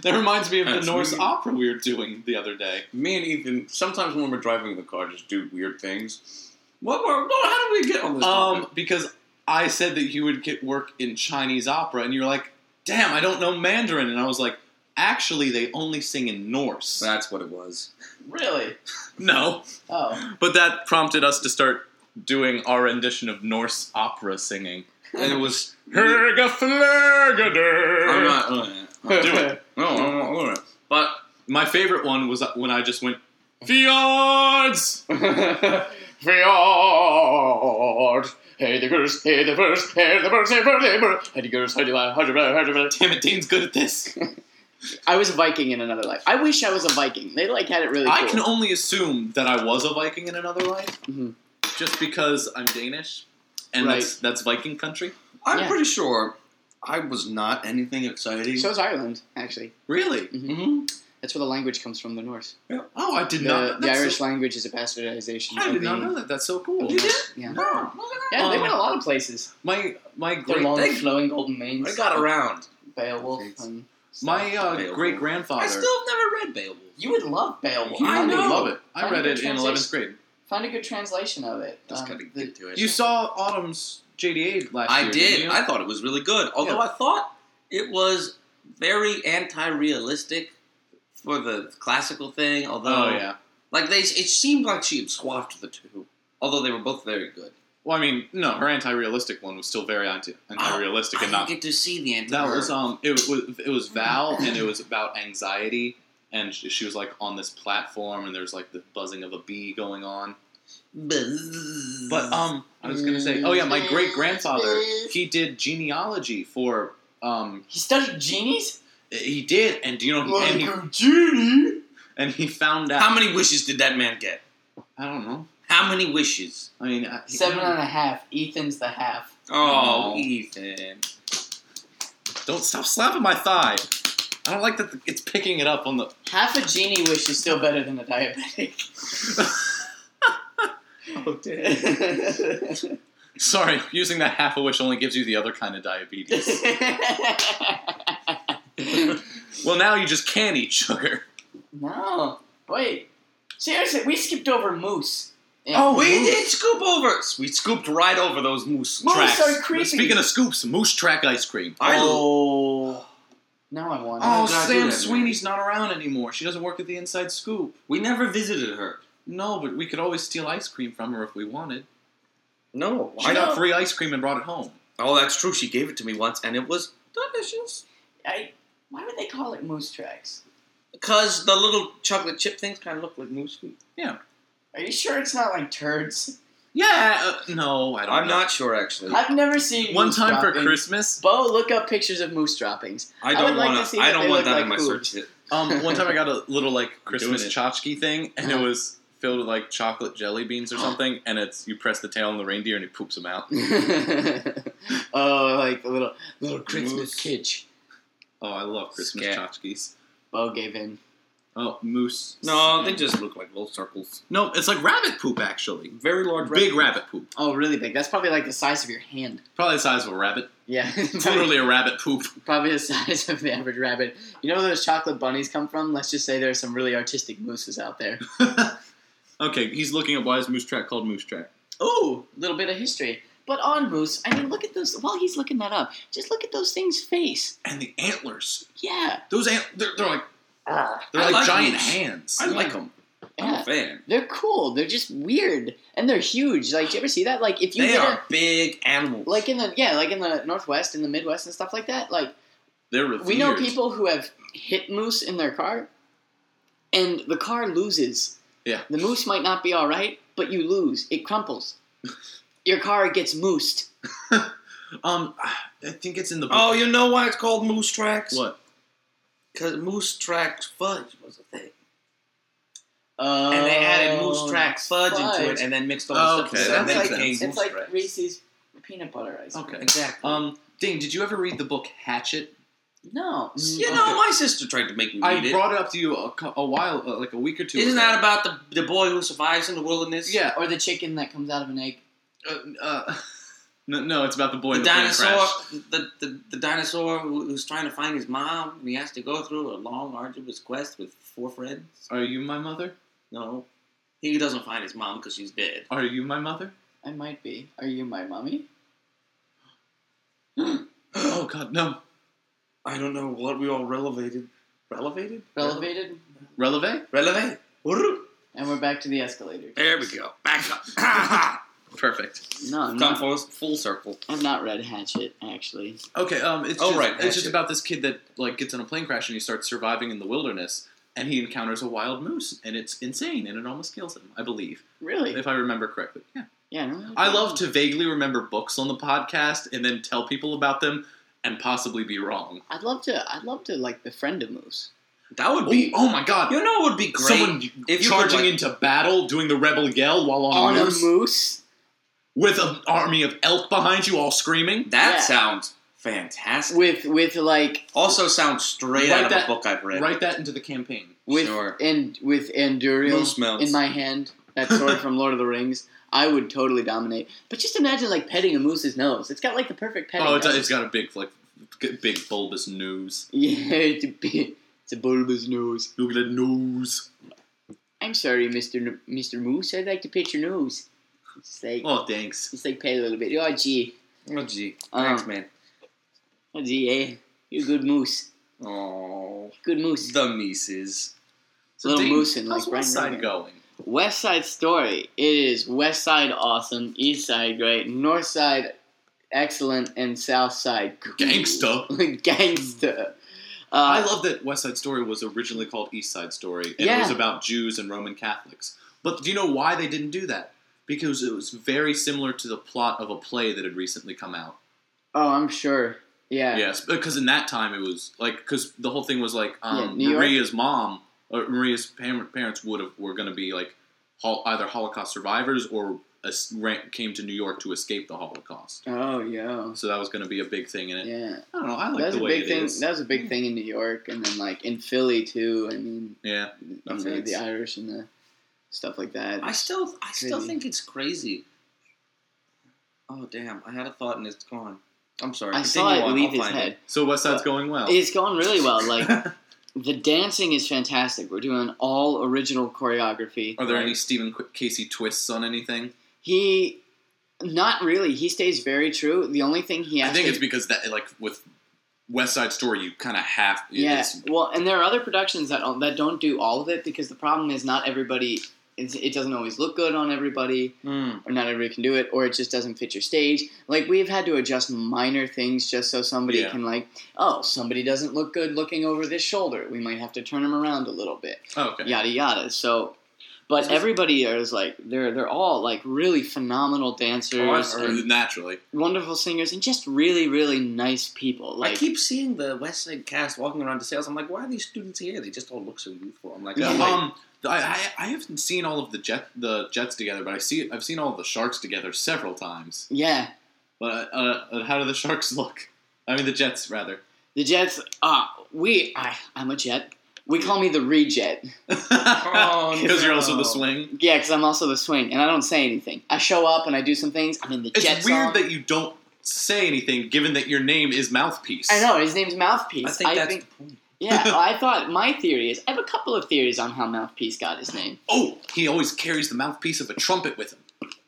that reminds me of the
That's
Norse
weird.
opera we were doing the other day.
Me and Ethan sometimes when we're driving in the car just do weird things. What? were- what how did we get on this?
Um,
topic?
because I said that you would get work in Chinese opera, and you were like, "Damn, I don't know Mandarin," and I was like, "Actually, they only sing in Norse."
that's what it was.
Really?
No,
Oh.
but that prompted us to start doing our rendition of Norse opera singing.
And it was. I'm
Hergaflagadr.
not. uh,
Do it.
No, I'm not doing it. But
My favorite one was when I just went fjords.
Fjord. Hey the girls, hey the girls, hey the girls, hey the girls, hey the girls, hey the girls, hey the girls, hey the girls, hey the girls.
Damn it, Dane's good at this.
I was a Viking in another life. I wish I was a Viking. They like had it really.
I
cool.
can only assume that I was a Viking in another life,
Mhm.
just because I'm Danish, and that's that's Viking country.
I'm
Yeah.
pretty sure I was not anything exciting.
So is Ireland, actually.
Really?
Mhm.
That's where the language comes from, the Norse.
Oh, I did
The,
not. know-
the
that's
Irish
So,
language is a bastardization.
I
of
did
the,
not know that. That's so cool.
of the Norse. Yeah.
No,
Yeah, they
Um,
went a lot of places.
My my
Their
great
long,
they-
flowing golden manes.
I got around.
Beowulf.
Thanks.
And stuff.
my uh,
Beowulf.
great grandfather.
I still have never read Beowulf.
you would love Beowulf.
I
Found a-
know.
love it. I
Find
read
a
it in
translation.
eleventh grade.
Found a good translation of it.
Just
Um,
gotta
the-
get to it.
You saw Autumn's JDA last year.
I
didn't
did.
you?
I thought it was really good. Although I thought it was very anti-realistic for the classical thing. Although,
oh yeah.
like they, it seemed like she had swapped the two. Although they were both very good.
Well, I mean, no, her anti-realistic one was still very anti-
Ah.
anti-realistic
I
and not.
didn't get to see the anti.
That was um, it was it was Val, and it was about anxiety, and she, she was like on this platform, and there's like the buzzing of a bee going on.
Buzz.
But um, I was gonna say, oh yeah, my great grandfather, he did genealogy for um,
He studied genies?
he did, and do you know, he, and, he,
a genie?
and he found out.
how many wishes did that man get?
I don't know.
How many wishes?
I mean, I-
Seven and a half. Ethan's the half.
Oh,
Oh.
Ethan.
Don't stop slapping my thigh. I don't like that it's picking it up on the.
Half a genie wish is still better than a diabetic.
Oh,
Sorry, using that half a wish only gives you the other kind of diabetes. Well, now you just can't eat sugar.
no. Wait. Seriously, we skipped over moose. Yeah.
Oh,
we
moose.
did scoop over. We scooped right over those moose
Moose
tracks.
are creepy.
Speaking of scoops, moose track ice cream.
I
oh. Now I want
Oh,
did I do
Sam
that, man?
Sweeney's not around anymore. She doesn't work at the Inside Scoop.
We never visited her.
No, but we could always steal ice cream from her if we wanted.
No.
She got free ice cream and brought it home.
Oh, that's true. She gave it to me once, and it was delicious.
I, why would they call it moose tracks?
Because the little chocolate chip things kind of look like moose feet.
Are you sure it's not like turds?
Yeah, uh, no, I don't.
I'm
know.
not sure, actually.
I've never seen
One
moose
time for
droppings.
Christmas,
Bo, look up pictures of moose droppings.
I
I would
don't
like
want
to see
I
that
don't
they
want
look
that
like
in my
hooves.
search. hit.
um, one time I got a little like Christmas
it.
tchotchke thing, and it was filled with like chocolate jelly beans or something, and it's you press the tail on the reindeer and it poops them out.
oh, like a little little Christmas
Moose.
kitch.
Oh, I love Christmas
Scat.
tchotchkes.
Bo gave in.
Oh, moose.
No, they just look like little circles.
No, it's like rabbit poop actually.
Very large.
Big
rectangles.
rabbit poop.
Oh, really big. That's probably like the size of your hand.
Probably the size of a rabbit.
Yeah,
Literally a rabbit poop.
probably the size of the average rabbit. You know where those chocolate bunnies come from? Let's just say there are some really artistic mooses out there.
okay, he's looking at why is Moose Track called Moose Track.
Ooh, little bit of history. But on moose, I mean, look at those. While he's looking that up, just look at those things' face.
And the antlers.
Yeah,
Those ant they're, they're like they're
I
like,
like
giant
moose.
hands.
I like them. I'm
yeah.
a fan.
They're cool. They're just weird, and they're huge. Like, do you ever see that? Like, if you
they
get a-
are big animals.
like in the yeah, like in the Northwest and the Midwest and stuff like that. Like,
they're revered.
we know people who have hit moose in their car, and the car loses.
Yeah.
The moose might not be all right, but you lose. It crumples. Your car gets moosed.
Um I think it's in the book.
oh, you know why it's called moose tracks?
what?
Because moose tracks fudge was a thing,
Uh,
and they added moose tracks fudge, into
fudge.
it, and then mixed all
Oh,
the
okay,
stuff.
that
together, and then
makes
it became moose
It's
sense.
like
tracks. Oh.
Reese's peanut butter ice cream.
Okay.
Exactly.
Um Ding, did you ever read the book Hatchet?
No.
You
Okay.
know, my sister tried to make me read
I
it.
brought it up to you a, cou- a while, uh, like a week or two.
Isn't
ago.
that about the the boy who survives in the wilderness?
yeah?
Or the chicken that comes out of an egg.
Uh, uh, no, no, it's about the boy
The
in the plane
dinosaur,
crash.
the, the, the dinosaur who- who's trying to find his mom, and he has to go through a long, arduous quest with four friends.
Are you my mother?
No, he doesn't find his mom because she's dead.
Are you my mother?
I might be. Are you my mummy?
Oh God, no.
I don't know what we all relevated. Relevated?
Relevated?
Releve?
Relevate?
And we're back to the escalator.
There we go. Back up.
Perfect.
No, I'm
Come
not,
full, full circle.
I'm not Red Hatchet, actually.
Okay. Um. It's
Oh,
just,
right,
It's just
hatchet.
about this kid that like gets in a plane crash and he starts surviving in the wilderness and he encounters a wild moose and it's insane and it almost kills him. I believe,
Really?
if I remember correctly. Yeah.
Yeah. No,
I love to vaguely remember books on the podcast and then tell people about them and possibly be wrong.
I'd love to. I'd love to like befriend a moose.
That would
Oh,
be.
oh my God.
You know, what would be great.
Someone
if you
charging
could, like-
into battle, doing the rebel yell while on,
On
a
a
moose,
moose?
with an army of elk behind you, all screaming.
that
Yeah.
sounds fantastic.
With with like
also, sounds straight
Write
out of
that-
a book I've read.
Write that into the campaign.
with
Sure.
and with
Moose
Anduriel
mounts.
in my hand, that sword from Lord of the Rings. I would totally dominate. But just imagine like petting a moose's nose. It's got like the perfect petting.
Oh, it's,
nose.
it's got a big like g- big bulbous nose.
yeah, it's a, bit- it's a bulbous nose.
Look at that nose.
I'm sorry, Mister N- Mister Moose. I'd like to pet your nose. It's like
Oh, thanks.
it's like pet a little bit. Oh, gee,
Oh, gee.
Um,
Thanks, man.
oh, gee, eh? You're a good moose.
Oh,
Good moose.
the Mises.
a little
Dave,
moose and, like,
how's West
Brian
Side
Regan.
going?
West Side Story. It is West Side awesome, East Side great, North Side excellent, and South Side cool.
Gangsta.
gangsta. Uh,
I love that West Side Story was originally called East Side Story, and it
Yeah.
was about Jews and Roman Catholics. But do you know why they didn't do that? Because it was very similar to the plot of a play that had recently come out.
oh, I'm sure. Yeah.
Yes, because in that time it was like because the whole thing was like
Yeah,
um,
New York.
Maria's mom or Maria's par- parents would have were going to be like hol- either Holocaust survivors or es- ran- came to New York to escape the Holocaust.
Oh, yeah.
So that was going to be a big thing in it.
Yeah.
I don't know. I like
that was
the
a
way it
big
is.
thing. That was a big thing in New York, and then like in Philly too. I mean,
yeah,
you
That's
know,
nice.
the Irish and the stuff like that.
I still, I still
Crazy.
think it's crazy. Oh damn! I had a thought and it's gone. I'm sorry.
I
Continue
saw it
on.
leave
I'll
his
find
head.
so West Side's going well.
It's going really well. Like the dancing is fantastic. We're doing all original choreography.
Are there any Stephen Qu- Casey twists on anything?
He, not really. He stays very true. The only thing he
I
has
think
to-
it's because that like with West Side Story, you kind of have
yeah.
it's-
Well, and there are other productions that don't, that don't do all of it because the problem is not everybody. It's, it doesn't always look good on everybody,
it. Mm.
or not everybody can do it, or it just doesn't fit your stage. Like we've had to adjust minor things just so somebody
Yeah.
can like, oh, somebody doesn't look good looking over this shoulder. We might have to turn them around a little bit.
Oh, okay.
yada yada. So, but everybody is like they're they're all like really phenomenal dancers,
Oh, I've
Or
and
naturally,
wonderful singers, and just really really nice people.
I
Like
keep seeing the West Side cast walking around to sales. I'm like, why are these students here? They just all look so youthful. I'm like,
Yeah.
oh, wait.
Um, I, I I haven't seen all of the jet the jets together, but I see I've seen all of the sharks together several times.
yeah,
But uh, uh, how do the sharks look? I mean the jets rather.
the Jets. Ah, we I I'm a Jet. We call me the rejet.
Oh,
Because you're also
no.
the swing.
Yeah, because I'm also the swing, and I don't say anything. I show up and I do some things. I'm in the
It's
Jets.
weird that you don't say anything, given that your name is mouthpiece.
I know his name's Mouthpiece.
I think that's
think-
the point.
yeah, I thought my theory is I have a couple of theories on how Mouthpiece got his name.
Oh, he always carries the mouthpiece of a trumpet with him,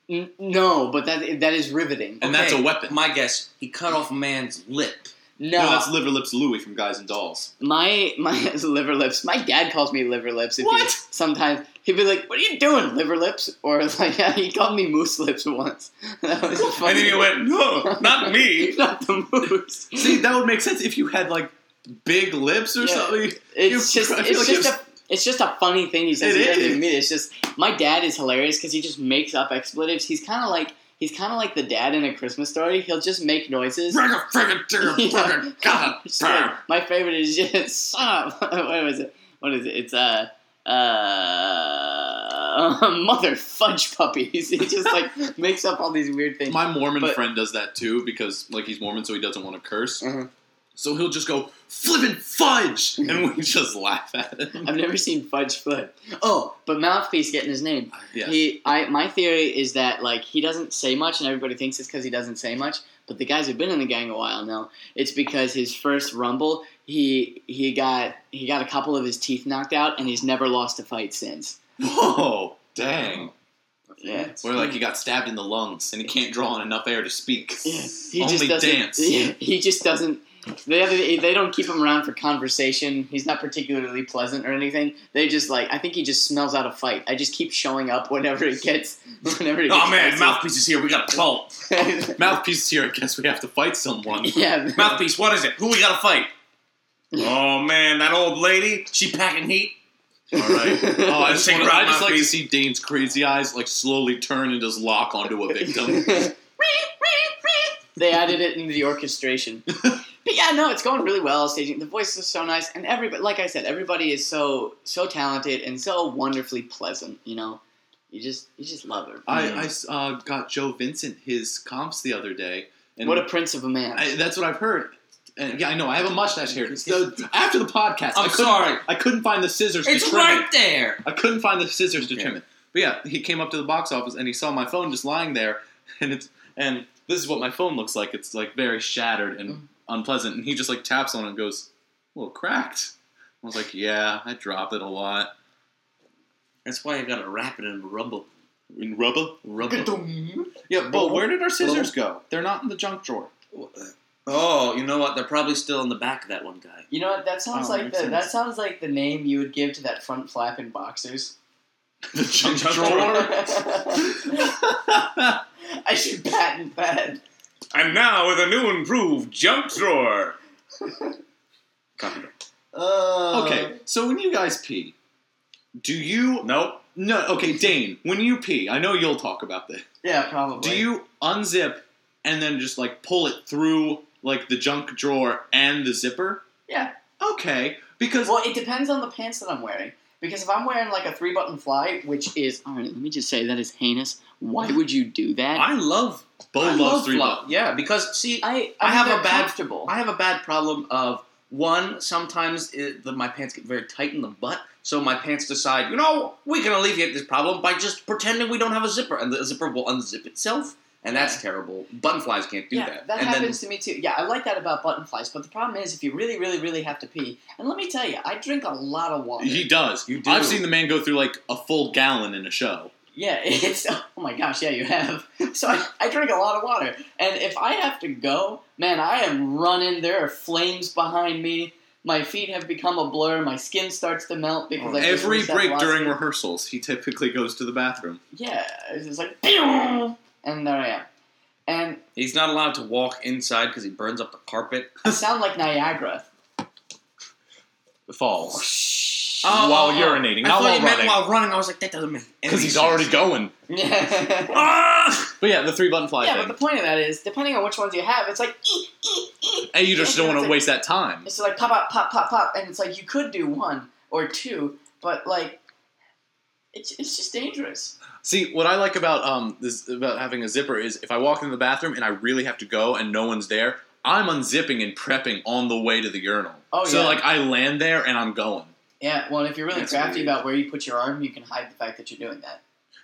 N- no, but that that is riveting.
and that's
Okay,
a weapon.
My guess, he cut off a man's lip.
no, that's Liver Lips Louie from Guys and Dolls.
My my liver lips. My dad calls me liver lips. If he-
What?
sometimes he'd be like, "What are you doing, liver lips?" Or like he called me moose lips once. That was funny.
And then he went, no, not me.
Not the moose.
See, that would make sense if you had like big lips or
Yeah.
something.
It's
You-
just
I
it's
feel like
just
it was-
a it's just a funny thing he says.
It
he doesn't
is.
even mean it. It's just my dad is hilarious because he just makes up expletives. He's kind of like he's kind of like the dad in a Christmas story. He'll just make noises.
Frigga, frigga, digga, frigga, God,
It's
brr.
like, my favorite is just shut up. what was it? What is it? It's uh, uh, mother fudge puppies. He just like makes up all these weird things.
My Mormon
But-
friend does that too because like he's Mormon, so he doesn't want to curse.
Uh-huh.
So he'll just go flippin' fudge,
Mm-hmm.
and we just laugh at him.
I've never seen Fudge Foot. Oh, but Mouthpiece getting his name.
Yeah.
He, I, my theory is that like he doesn't say much, and everybody thinks it's because he doesn't say much. But the guys who've been in the gang a while know it's because his first rumble, he he got he got a couple of his teeth knocked out, and he's never lost a fight since.
Whoa,
Oh,
dang.
Yeah,
Or like he got stabbed in the lungs and he can't draw on enough air to speak.
Yeah, he
Only
just doesn't.
dance.
Yeah, he just doesn't. They have, they don't keep him around for conversation. He's not particularly pleasant or anything. They just like I think he just smells out a fight. I just keep showing up whenever it gets whenever it gets.
Oh man,
spicy.
mouthpiece is here. We got a call.
Mouthpiece is here. I guess we have to fight someone.
yeah,
Mouthpiece, what is it? Who we got to fight? oh man, that old lady. She packing heat. All right.
Oh, I just,
Take her
wanna,
out,
I just like to
Mouthpiece.
see Dane's crazy eyes like slowly turn and just lock onto a victim.
they added it into the orchestration. But yeah, no, it's going really well. Staging the voices are so nice, and everybody, like I said, everybody is so so talented and so wonderfully pleasant. You know, you just you just love it.
I, I s- uh, got Joe Vincent his comps the other day. And
what a prince of a man!
I, that's what I've heard. And yeah, I know. I have a mustache here. So after the podcast,
I'm
I couldn't-
sorry.
I couldn't find the scissors to
It's
trim
right
it.
there.
I couldn't find the scissors to
Okay.
trim it. But yeah, he came up to the box office and he saw my phone just lying there, and it's and this is what my phone looks like. It's like very shattered
Mm-hmm.
and unpleasant. And he just like taps on it and goes, "Well, cracked." I was like, "Yeah, I drop it a lot."
That's why I got to wrap it in rubble.
In rubber, rubber.
Gadum.
Yeah, but where did our scissors go? They're not in the junk drawer.
Oh, you know what? They're probably still in the back of that one guy.
You know what? That sounds
Oh,
like
makes
the, that
sense.
sounds like the name you would give to that front flap in boxers.
The junk
Junk
drawer.
I should patent that.
And now with a new improved junk drawer. Copyright.
Uh,
okay, so when you guys pee, do you
Nope.
No, okay, Dane, when you pee, I know you'll talk about this.
Yeah, probably.
Do you unzip and then just like pull it through like the junk drawer and the zipper?
Yeah.
Okay, because
Well, it depends on the pants that I'm wearing. Because if I'm wearing like a three button fly, which is all right, let me just say that is heinous. Why would you do that?
I love
Bo
I
loves
love
three
love.
buttons.
Yeah, because see, I,
I
have a
they're
bad-
comfortable.
I have a bad problem of one. Sometimes it, the, my pants get very tight in the butt, so my pants decide, you know, we can alleviate this problem by just pretending we don't have a zipper, and the zipper will unzip itself, and that's terrible. Button flies can't do
yeah,
that.
that,
and
happens to me too. Yeah, I like that about button flies. But the problem is, if you really, really, really have to pee, and let me tell you, I drink a lot of water.
He does.
You do.
I've seen the man go through like a full gallon in a show.
Yeah, it's oh my gosh, yeah, you have. So I, I drink a lot of water, and if I have to go, man, I am running. There are flames behind me. My feet have become a blur. My skin starts to melt because I just
Every
reached that
break during
velocity.
rehearsals, he typically goes to the bathroom.
yeah, it's just like "Pew!" and there I am, and
then he's not allowed to walk inside because he burns up the carpet.
I sound like Niagara.
Falls
Oh,
while
oh, oh.
urinating,
I
not
thought
while
you meant
running,
while running. I was like, that doesn't make any
because he's
sense.
already going.
Yeah.
Ah!
But yeah, the three button fly
yeah, but
thing,
the point of that is, depending on which ones you have, it's like "Ee, ee, ee."
and you just
Yeah,
don't want
it's
to
like-
waste that time.
It's like pop, pop, pop, pop, pop, and it's like you could do one or two, but like, it's it's just dangerous.
See, what I like about um this about having a zipper is if I walk in the bathroom and I really have to go and no one's there, I'm unzipping and prepping on the way to the urinal.
Oh,
so
yeah.
like I land there and I'm going.
Yeah, well, if you're really
That's
crafty
weird.
about where you put your arm, you can hide the fact that you're doing that.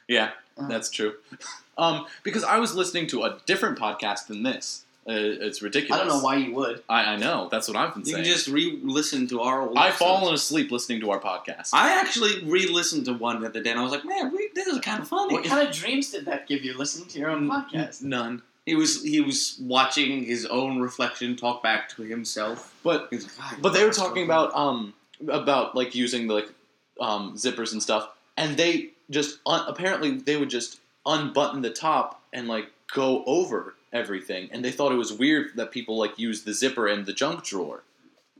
Yeah,
Uh-huh.
that's true. um, because I was listening to a different podcast than this. Uh, it's
I
ridiculous.
don't know why you would.
I, I know. That's what I've been
You
saying.
can just re-listen to our. old
I've
episodes.
fallen asleep listening to our podcast.
I actually re-listened to one the other day, and I was like, "Man, we, this is kind of funny."
What Hmm. kind of dreams did that give you listening to your own podcast?
None.
He was he was watching his own reflection talk back to himself.
But
He's like, "God,
But they were
what's
talking
going on?"
about um about like using like um zippers and stuff, and they just un- apparently they would just unbutton the top and like go over everything, and they thought it was weird that people like use the zipper and the junk drawer.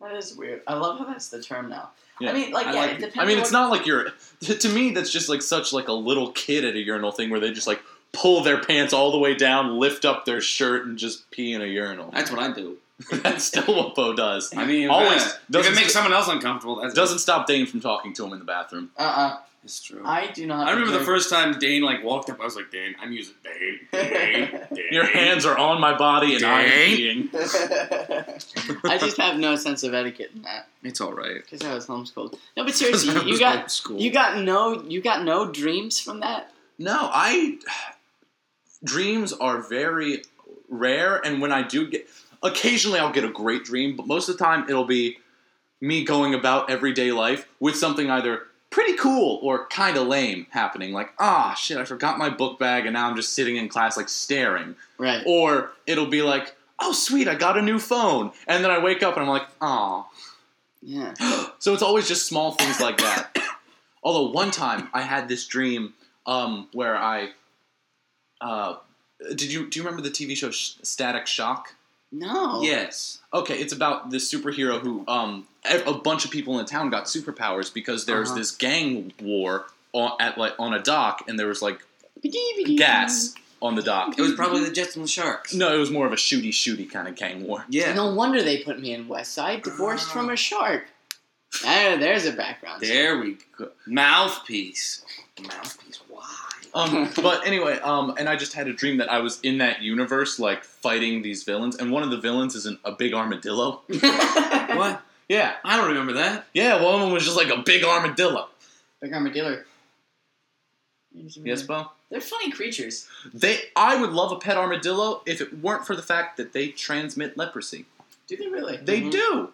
That is weird. I love how that's the term now.
Yeah,
I mean, like,
I
yeah,
like
it
it.
depends.
I mean,
on
it's
what-
not like you're to me that's just like such like a little kid at a urinal thing where they just like pull their pants all the way down, lift up their shirt, and just pee in a urinal.
That's what I do.
That's still what Bo does.
I mean,
Always
yeah. if
doesn't-
it makes someone else uncomfortable, that's
Doesn't stop Dane from talking to him in the bathroom.
Uh uh
It's true. I,
I do not.
remember the
enjoy-
first time Dane like walked up. I was like, Dane, I'm using Dane. Dane. Dane.
Your hands are on my body and I'm
Dang.
peeing.
I just have no sense of etiquette in that
It's all right.
because I was homeschooled. No, but seriously, you got
school.
you got no you got no dreams from that.
No, I dreams are very rare, and when I do get, occasionally I'll get a great dream, but most of the time it'll be me going about everyday life with something either pretty cool or kind of lame happening, like ah shit, I forgot my book bag, and now I'm just sitting in class like staring,
Right.
or it'll be like. Oh sweet! I got a new phone, and then I wake up and I'm like, "Aw."
Yeah.
So it's always just small things like that. Although one time I had this dream um, where I uh, did you do you remember the TV show Sh- Static Shock?
No.
Yes.
Okay, it's about this superhero who um, a a bunch of people in town got superpowers because there's
Uh-huh.
this gang war on, at like on a dock and there was like
Bidi-bidi.
gas on the dock.
It was probably the Jets and the Sharks.
No, it was more of a shooty shooty kind of gang war.
Yeah. Ah.
No wonder they put me in West Side, divorced from a shark. There, there's a background.
There we go. Mouthpiece. Mouthpiece. Why?
Um, but anyway, um, and I just had a dream that I was in that universe, like fighting these villains, and one of the villains is an, a big armadillo.
What?
Yeah,
I don't remember that.
yeah. One of them was just like a big armadillo.
Big armadillo.
Yes,
Mm-hmm.
Bo.
They're funny creatures.
They, I would love a pet armadillo if it weren't for the fact that they transmit leprosy.
Do they really?
They
Mm-hmm.
Mhm.
do,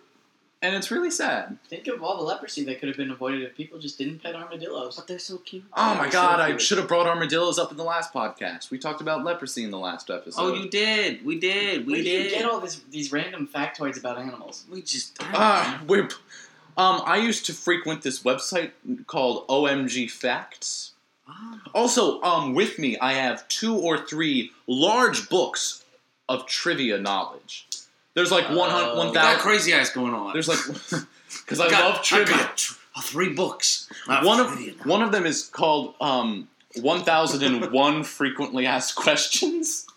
and it's really sad.
Think of all the leprosy that could have been avoided if people just didn't pet armadillos.
But they're so cute.
Oh my
so
god, I
cute.
should have brought armadillos up in the last podcast. We talked about leprosy in the last episode.
Oh, you did. We did. We
Where do
did.
you get all this, these random factoids about animals?
we just.
Ah.
Uh, we're, um, I used to frequent this website called OMG Facts. Also, um, with me, I have two or three large books of trivia knowledge. There's like one
Oh.
hundred, one
We got
thousand.
crazy eyes going on.
There's like because I
got-
love trivia.
got tr- uh, three books. Love
one
trivia.
of one of them is called um, one thousand and one frequently asked questions.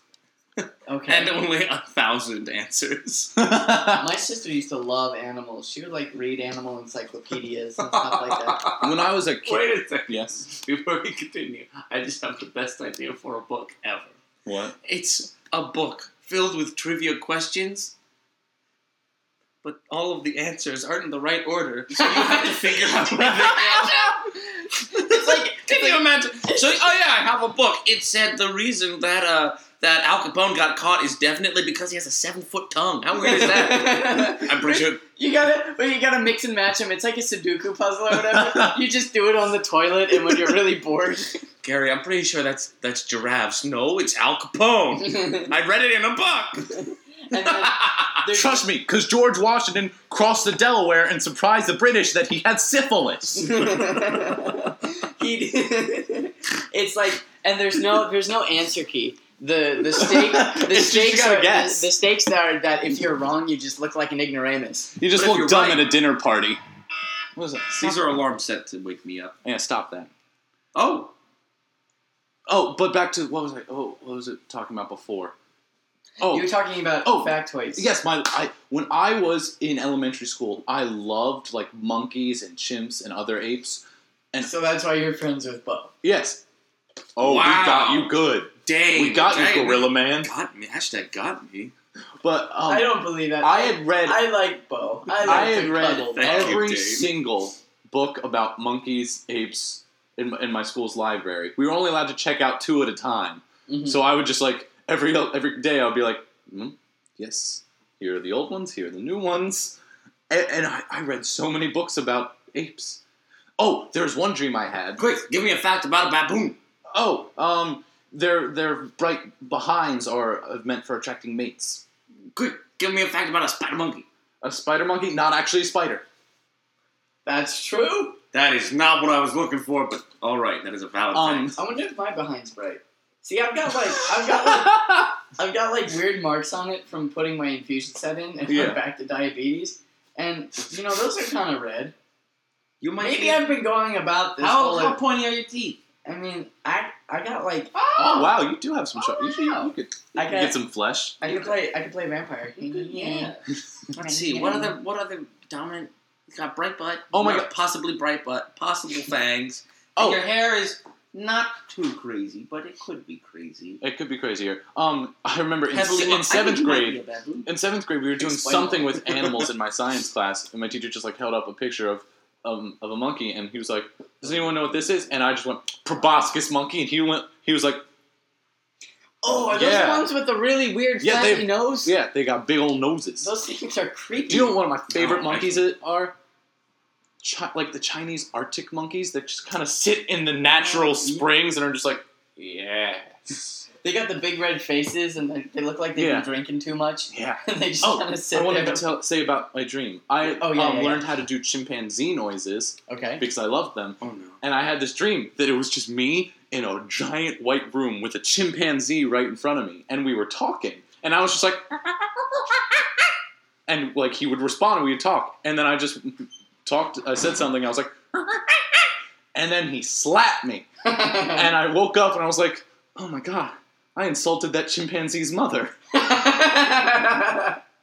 Okay.
and only a thousand answers.
when
My sister used to love animals. She would like read animal encyclopedias and stuff like that.
I was a kid,
Wait a second.
yes,
Before we continue, I just have the best idea for a book ever.
what?
It's a book filled with trivia questions, but all of the answers aren't in the right order, so you have to figure out where
It's like
Can you imagine? So, oh yeah, I have a book. It said the reason that uh that Al Capone got caught is definitely because he has a seven foot tongue. How weird is that? I'm pretty sure.
You gotta, but you gotta mix and match them. It's like a Sudoku puzzle or whatever. you just do it on the toilet, and when you're really bored,
Gary, I'm pretty sure that's that's giraffes. No, it's Al Capone.
and
I read it in a book.
then there's
Trust me, because George Washington crossed the Delaware and surprised the British that he had syphilis.
he, it's like, and there's no, there's no answer key. The the stake, the
It's just you
stakes
gotta
are
guess.
The, the stakes are that if you're wrong, you just look like an ignoramus.
You
But
just
if
look
you're
dumb
right-
at a dinner party. What was that?
These are alarms set to wake me up.
Yeah, stop that.
Oh,
Oh, but back to what was I? Oh, what was it talking about before?
you
Oh,
were talking about
Oh,
factoids.
yes, my I when I was in elementary school, I loved like monkeys and chimps and other apes.
So that's why you're friends with Bo.
Yes. Oh,
Wow.
we got you good.
dang!
We got you,
dang.
Gorilla Man.
Got me. Hashtag got me.
But um,
I
I,
don't believe that.
had read
I like Bo. I, like
I had
to
read
cuddle Bo.
Thank you,
every
Dave.
single book about monkeys, apes in, my- in my school's library. We were only allowed to check out two at a time.
Mm-hmm.
Mhm.
So I would just like every every day I would be like, mm, yes, here are the old ones, here are the new ones, and, and I, I read so many books about apes. Oh, there's one dream I had.
Quick, give me a fact about a baboon.
Oh, um, their their bright behinds are uh, meant for attracting mates.
Quick, give me a fact about a spider monkey.
A spider monkey, not actually a spider.
That's true.
That is not what I was looking for, but all right, that is a valid
Um,
fact.
I wonder if my behind's bright. See, I've got like I've got like I've got like weird marks on it from putting my infusion set in and
Yeah.
my back to diabetes. And you know those are kind of red.
You might.
Maybe
be-
I've been going about this.
how
whole,
how
like-
pointy are your teeth?
I mean, I I got like
Oh wow, you do have some.
Oh,
sharp. You, should-
wow.
you could you
I
could
got-
get some flesh.
I could play I could play vampire. Yeah.
Let's see. What other what other dominant? You got bright butt.
Oh my
Yeah.
god.
possibly bright butt, possible fangs. And
Oh.
your hair is not too crazy, but it could be crazy.
It could be crazier. Um, I remember in,
Heavily
se-
mo-
in
I
seventh
think you might
grade,
be a baboon.
in seventh grade, we were doing
Explain
something
that.
with animals in my science class, and my teacher just like held up a picture of um, of a monkey, and he was like, "Does anyone know what this is?" And I just went, "Proboscis monkey," and he went, he was like,
Oh, are those
Yeah.
the ones with the really weird
Yeah,
fatty
they-
nose?
"Yeah, they got big old noses."
Those things are creepy.
Do you know what one of my favorite
No, I-
monkeys i- are? Chi- like the Chinese Arctic monkeys that just kind of sit in the natural springs and are just like, yeah,
They got the big red faces and they- they look like they've
Yeah.
been drinking too much.
yeah.
And they just
Oh,
kind of sit
I wanted
there.
to tell, say about my dream. I
Oh, yeah,
um,
yeah,
learned how to do chimpanzee noises
okay.
because I loved them,
Oh no.
and I had this dream that it was just me in a giant white room with a chimpanzee right in front of me, and we were talking, and I was just like, and like he would respond, and we'd talk, and then I just talked, I said something, I was like, and then he slapped me, and I woke up, and I was like, oh my god, I insulted that chimpanzee's mother.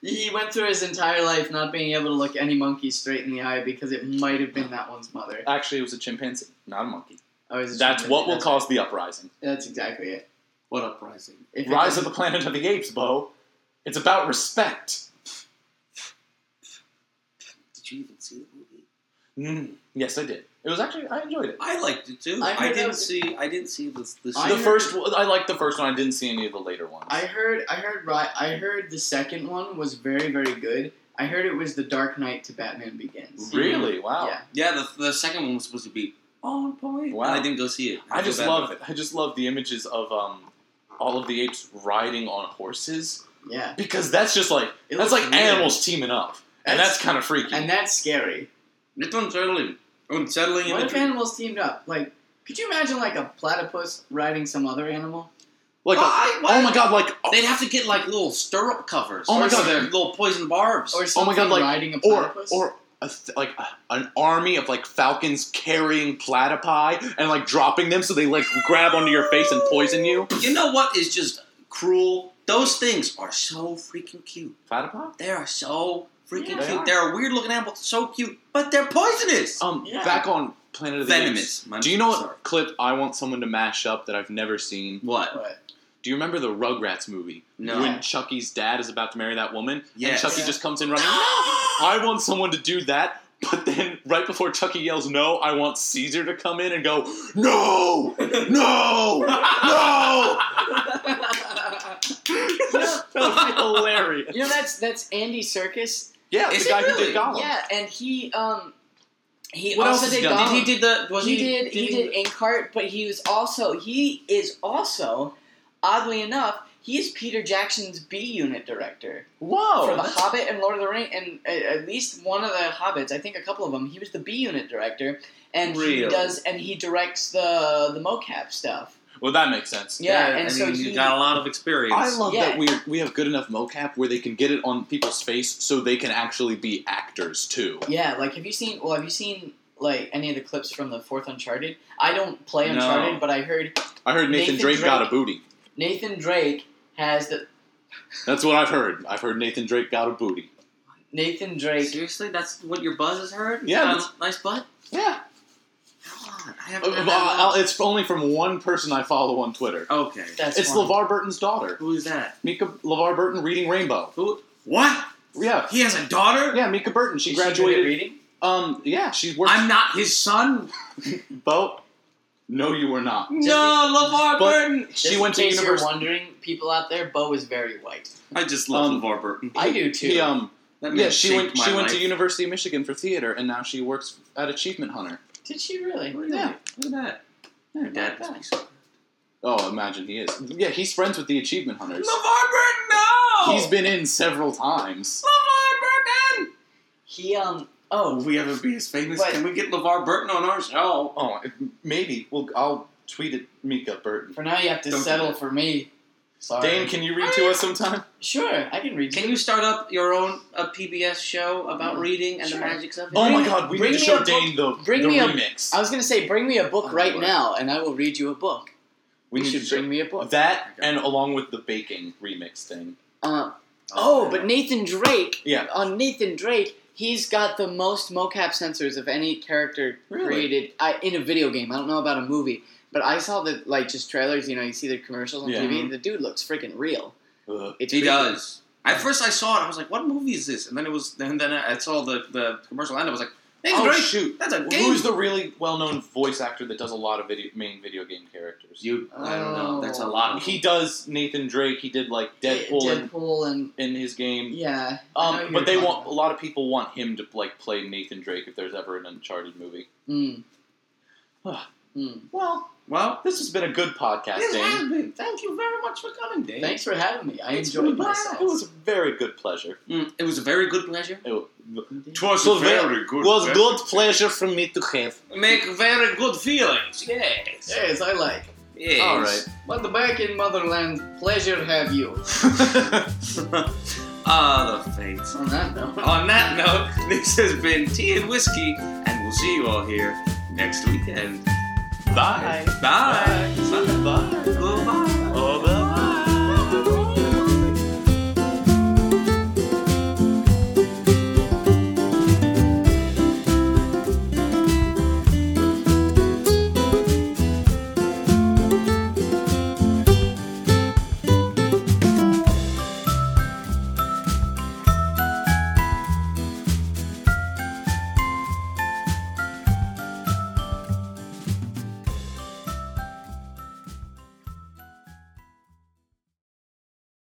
he went through his entire life not being able to look any monkey straight in the eye because it might have been that one's mother.
Actually, it was a chimpanzee, not a monkey.
Oh, is it
That's
just-
what will
that's-
cause the uprising.
That's exactly it.
What uprising?
If it
Rise of the
doesn't-
Planet of the Apes, Bo. It's about respect.
Did you even see the movie?
Mm, yes, I did. It was actually I enjoyed it.
I liked it too.
I
I,
heard that
didn't
was-
see. I didn't see this. this
I
the
heard-
first one- I liked the first one. I didn't see any of the later ones.
I heard, I heard, Ri- I heard the second one was very, very good. I heard it was the Dark Knight to Batman Begins.
really wow.
Yeah.
yeah, the, the second one was supposed to be on point.
Wow.
And I didn't go see it.
I
feel
just
bad.
love I just love the images of um all of the apes riding on horses
Yeah.
because that's just like
It looks
that's like
weird.
animals teaming up and that's,
That's-
kind of freaky.
And that's scary.
It's unsettling. Unsettling. in
What
the
if
dream.
animals teamed up? Like, could you imagine like a platypus riding some other animal?
like a-
Why? Why?
oh my god like
They'd have to get like little stirrup covers.
Oh my
or
God.
some little poison barbs.
Or
Oh
something
my God, like-
riding a
or
platypus?
or a th- like a, an army of like falcons carrying platypi and like dropping them so they like grab onto your face and poison you.
You know what is just cruel? Those things are so freaking cute.
Platypi?
They are so freaking
Yeah,
they
cute.
are.
They're a weird looking animal, so cute, but they're poisonous.
Um,
Yeah.
back on Planet of the Apes.
Venomous. My-
Do you know what
sorry.
clip I want someone to mash up that I've never seen?
What?
What?
Do you remember the Rugrats movie
No.
when Chucky's dad is about to marry that woman
Yes.
and Chucky
Yeah.
just comes in running? I want someone to do that, but then right before Chucky yells no, I want Caesar to come in and go no, no, no. that would be hilarious.
You know that's that's Andy Circus.
Yeah,
Is
the
it
guy who
really?
did Gollum.
Yeah, and he um he
Oh. What
also
else has he
did
done?
Gollum.
Did he did the? Was
Oh. he, did he did Inkheart, but he was also he is also oddly enough he is Peter Jackson's B Unit director
Whoa.
for The
that's-
Hobbit and Lord of the Ring, and a- at least one of the Hobbits, I think a couple of them, he was the B Unit director, and he
Really?
does and he directs the the mocap stuff.
well, that makes sense.
Yeah,
I
and so
mean,
he
you got a lot of experience.
I love
Yeah.
that we we have good enough mocap where they can get it on people's face so they can actually be actors too.
Yeah, like have you seen? Well, have you seen like any of the clips from the fourth Uncharted? I don't play
No.
Uncharted, but I heard
I heard Nathan,
Nathan
Drake, got a
Drake.
booty.
Nathan Drake has the
That's what I've heard. I've heard Nathan Drake got a booty.
Nathan Drake.
Seriously, that's what your buzz has heard.
Yeah,
Got a
that's-
nice butt.
Yeah,
God, I
Uh,
haven't. heard that in
it's only from one person I follow on Twitter.
a while. okay,
That's
it's
funny.
LeVar Burton's daughter,
who is that?
Mika LeVar Burton reading Rainbow.
Who? What?
Yeah,
He has a daughter.
yeah, Mika Burton. She
Is good at
graduated.
reading.
um, yeah, she works.
I'm not his son.
Bo. No, you were not.
no, LeVar
But-
Burton.
She
Just
went to
in case
university.
You're wondering, people out there, Bo is very white.
I just
love Um,
LeVar Burton.
I do too.
He, um,
That
yeah, she went. She went to University of Michigan for theater, and now she works at Achievement Hunter.
Did she really?
Yeah.
Look at that. Your dad must be so.
Oh, imagine he is. Yeah, he's friends with the Achievement Hunters.
Burton, no!
He's been in several times.
LeVar Burton!
He um. Oh,
we ever be as famous,
But-
can we get LeVar Burton on our show?
Oh, maybe. Well, I'll tweet at Mika Burton.
for now you have to
Don't do
settle
that.
for me. Sorry.
Dane, can you read to us sometime?
sure, I can read.
Can you start up your own uh, PBS show about reading and
Sure.
the magics of it?
Oh my
Bring-
god, we
bring
need to
me
show
a
Dane the,
bring
the
me a-
remix.
I was gonna say, bring me a book
Oh,
right
Lord.
now, and I will read you a book.
we
you
need
should
to show
bring me a book.
that and along with the baking remix thing.
Uh, oh, but Nathan Drake.
Yeah.
On Nathan Drake, he's got the most mocap sensors of any character
Really?
created I, in a video game. I don't know about a movie, but I saw the like just trailers. You know, you see the commercials on
Yeah.
TV. and The dude looks freaking real.
Ugh.
It's
He
freaking-
does. At first, I saw it. I was like, "What movie is this?" And then it was. And then I saw the, the commercial end. I was like, "Hey,
Oh,
great!
shoot.
That's a
Well,
game."
Who's the really well-known voice actor that does a lot of video, main video game characters?
you? I don't know. That's a
Oh.
lot. Of
He does Nathan Drake. He did like Deadpool, in-
Deadpool, and
In, his game.
yeah. I know
Um,
who
but
you're
they
talking
want a
about.
lot of people want him to like play Nathan Drake if there's ever an Uncharted movie.
Mm.
Ah.
Mm.
Well,
well,
this has been a good podcast,
this
Dane.
has been. Thank you very much for coming, Dave.
Thanks for having me. I
It's
enjoyed
been a blast.
myself.
It was a very good pleasure.
Mm, it was a very good pleasure.
It wa-
was
So ve-
good.
was
pleasure.
good pleasure for me to have.
Make very good feelings. Yes.
Yes, I like.
Yes.
All right.
But back in motherland, pleasure have you.
Ah, the fates.
On that note.
On that note, this has been Tea and Whiskey, and we'll see you all here next weekend.
Bye.
Bye. Bye.
Bye.
Goodbye.
Oh, bye.